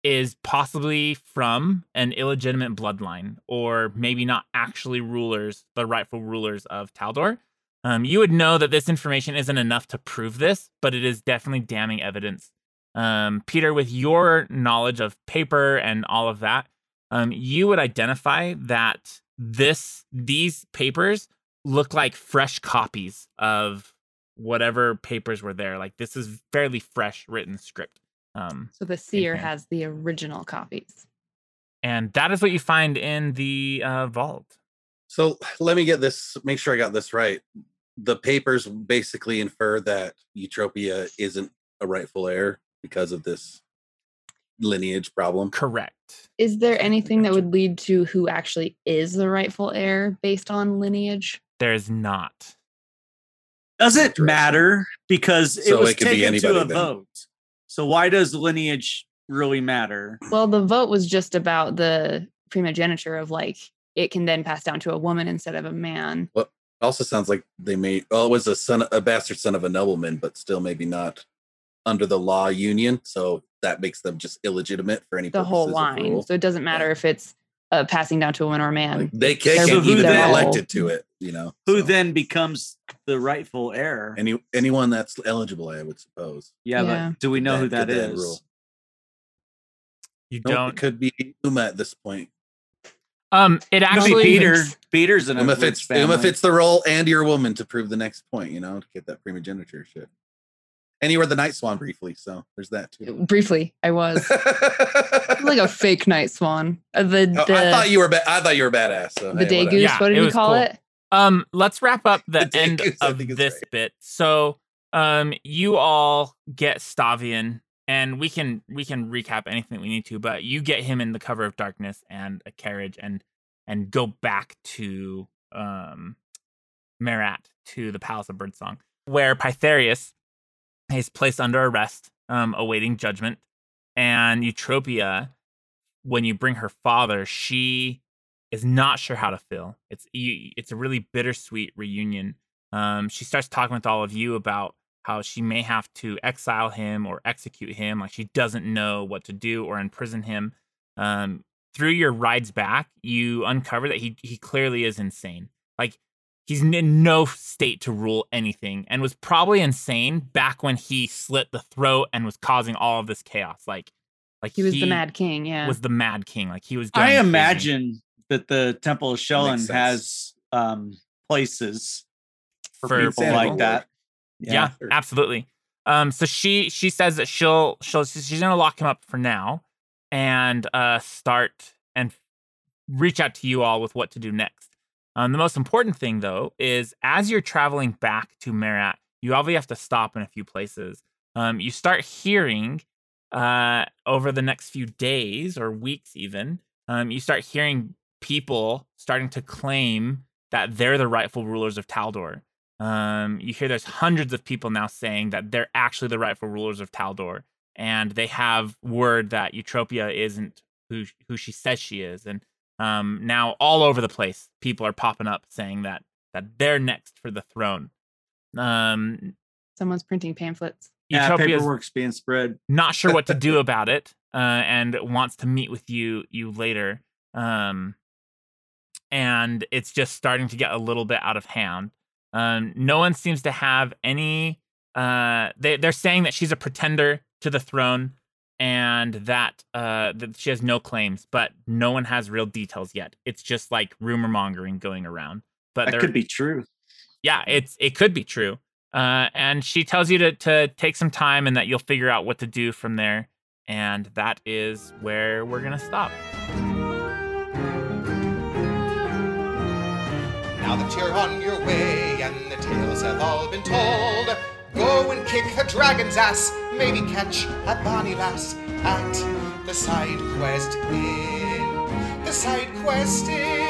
is possibly from an illegitimate bloodline, or maybe not actually rulers, the rightful rulers of Taldor. Um, you would know that this information isn't enough to prove this, but it is definitely damning evidence. Um, Peter, with your knowledge of paper and all of that, um, you would identify that this these papers look like fresh copies of whatever papers were there. Like this is fairly fresh written script. Um, So the seer hand. has the original copies. and that is what you find in the uh, vault. So let me get this, make sure I got this right. The papers basically infer that Eutropia isn't a rightful heir because of this lineage problem. Correct. Is there anything that would lead to who actually is the rightful heir based on lineage? There is not. Does it Interesting. matter? Because it So was it could be taken to anybody a then. vote. So why does lineage really matter? Well, the vote was just about the primogeniture of like it can then pass down to a woman instead of a man. Also sounds like they may well it was a son a bastard son of a nobleman, but still maybe not under the law union. So that makes them just illegitimate for any The whole purposes of line. rule. So it doesn't matter if it's uh, passing down to a woman or a man. Like, they ca- They're- can't, So who even then- be elected to it, you know. Who so. then becomes the rightful heir? any anyone that's eligible, I would suppose. yeah, Yeah. but do we know who That- that that is? rule. You Nope, don't. it could be Uma at this point. Um, Could it be actually. Peter. Peter's in a Uma rich fits Uma family. fits the role and your woman to prove the next point, you know, to get that primogeniture shit. And you were the night swan briefly, so there's that too. Briefly, I was like a fake night swan. Uh, the Oh, the, I thought you were ba- I thought you were badass. So the hey, day whatever. goose. Yeah, what it did we was call cool. it? Um, let's wrap up the Dang, end I of think it's this right. bit. So, um, you all get Stavian, and we can we can recap anything we need to, but you get him in the cover of darkness and a carriage, and and go back to um, Marat to the Palace of Birdsong, where Pytherius is placed under arrest, um, awaiting judgment, and Eutropia. When you bring her father, she is not sure how to feel. It's you, it's a really bittersweet reunion. Um, she starts talking with all of you about how she may have to exile him or execute him, like she doesn't know what to do or imprison him. Um, through your rides back, you uncover that he he clearly is insane. Like he's in no state to rule anything, and was probably insane back when he slit the throat and was causing all of this chaos. Like, like He was the Mad King. Yeah. was the Mad King. Like he was. going I crazy. imagine that the Temple of sense. Shellen has um, places for, For people Insanity like ward. that. yeah, absolutely um so she she says that she'll she'll she's gonna lock him up for now and uh start and reach out to you all with what to do next um the most important thing though is as you're traveling back to Marat you obviously have to stop in a few places um you start hearing uh over the next few days or weeks even um you start hearing people starting to claim that they're the rightful rulers of Taldor um, you hear there's hundreds of people now saying that they're actually the rightful rulers of Taldor, and they have word that Eutropia isn't who who she says she is, and um, now all over the place, people are popping up saying that that they're next for the throne. Um, Someone's printing pamphlets. Yeah, Eutropia's paperwork's being spread. not sure what to do about it uh, and wants to meet with you you later um, and it's just starting to get a little bit out of hand um, no one seems to have any uh, they, they're saying that she's a pretender to the throne and that uh, that she has no claims but no one has real details yet it's just like rumor mongering going around but That there- could be true. yeah, it's it could be true. Uh, and she tells you to to take some time and that you'll figure out what to do from there. And that is where we're gonna stop. Now that you're on your way and the tales have all been told, go and kick the dragon's ass, maybe catch a bonny lass at the side quest inn. The side quest inn.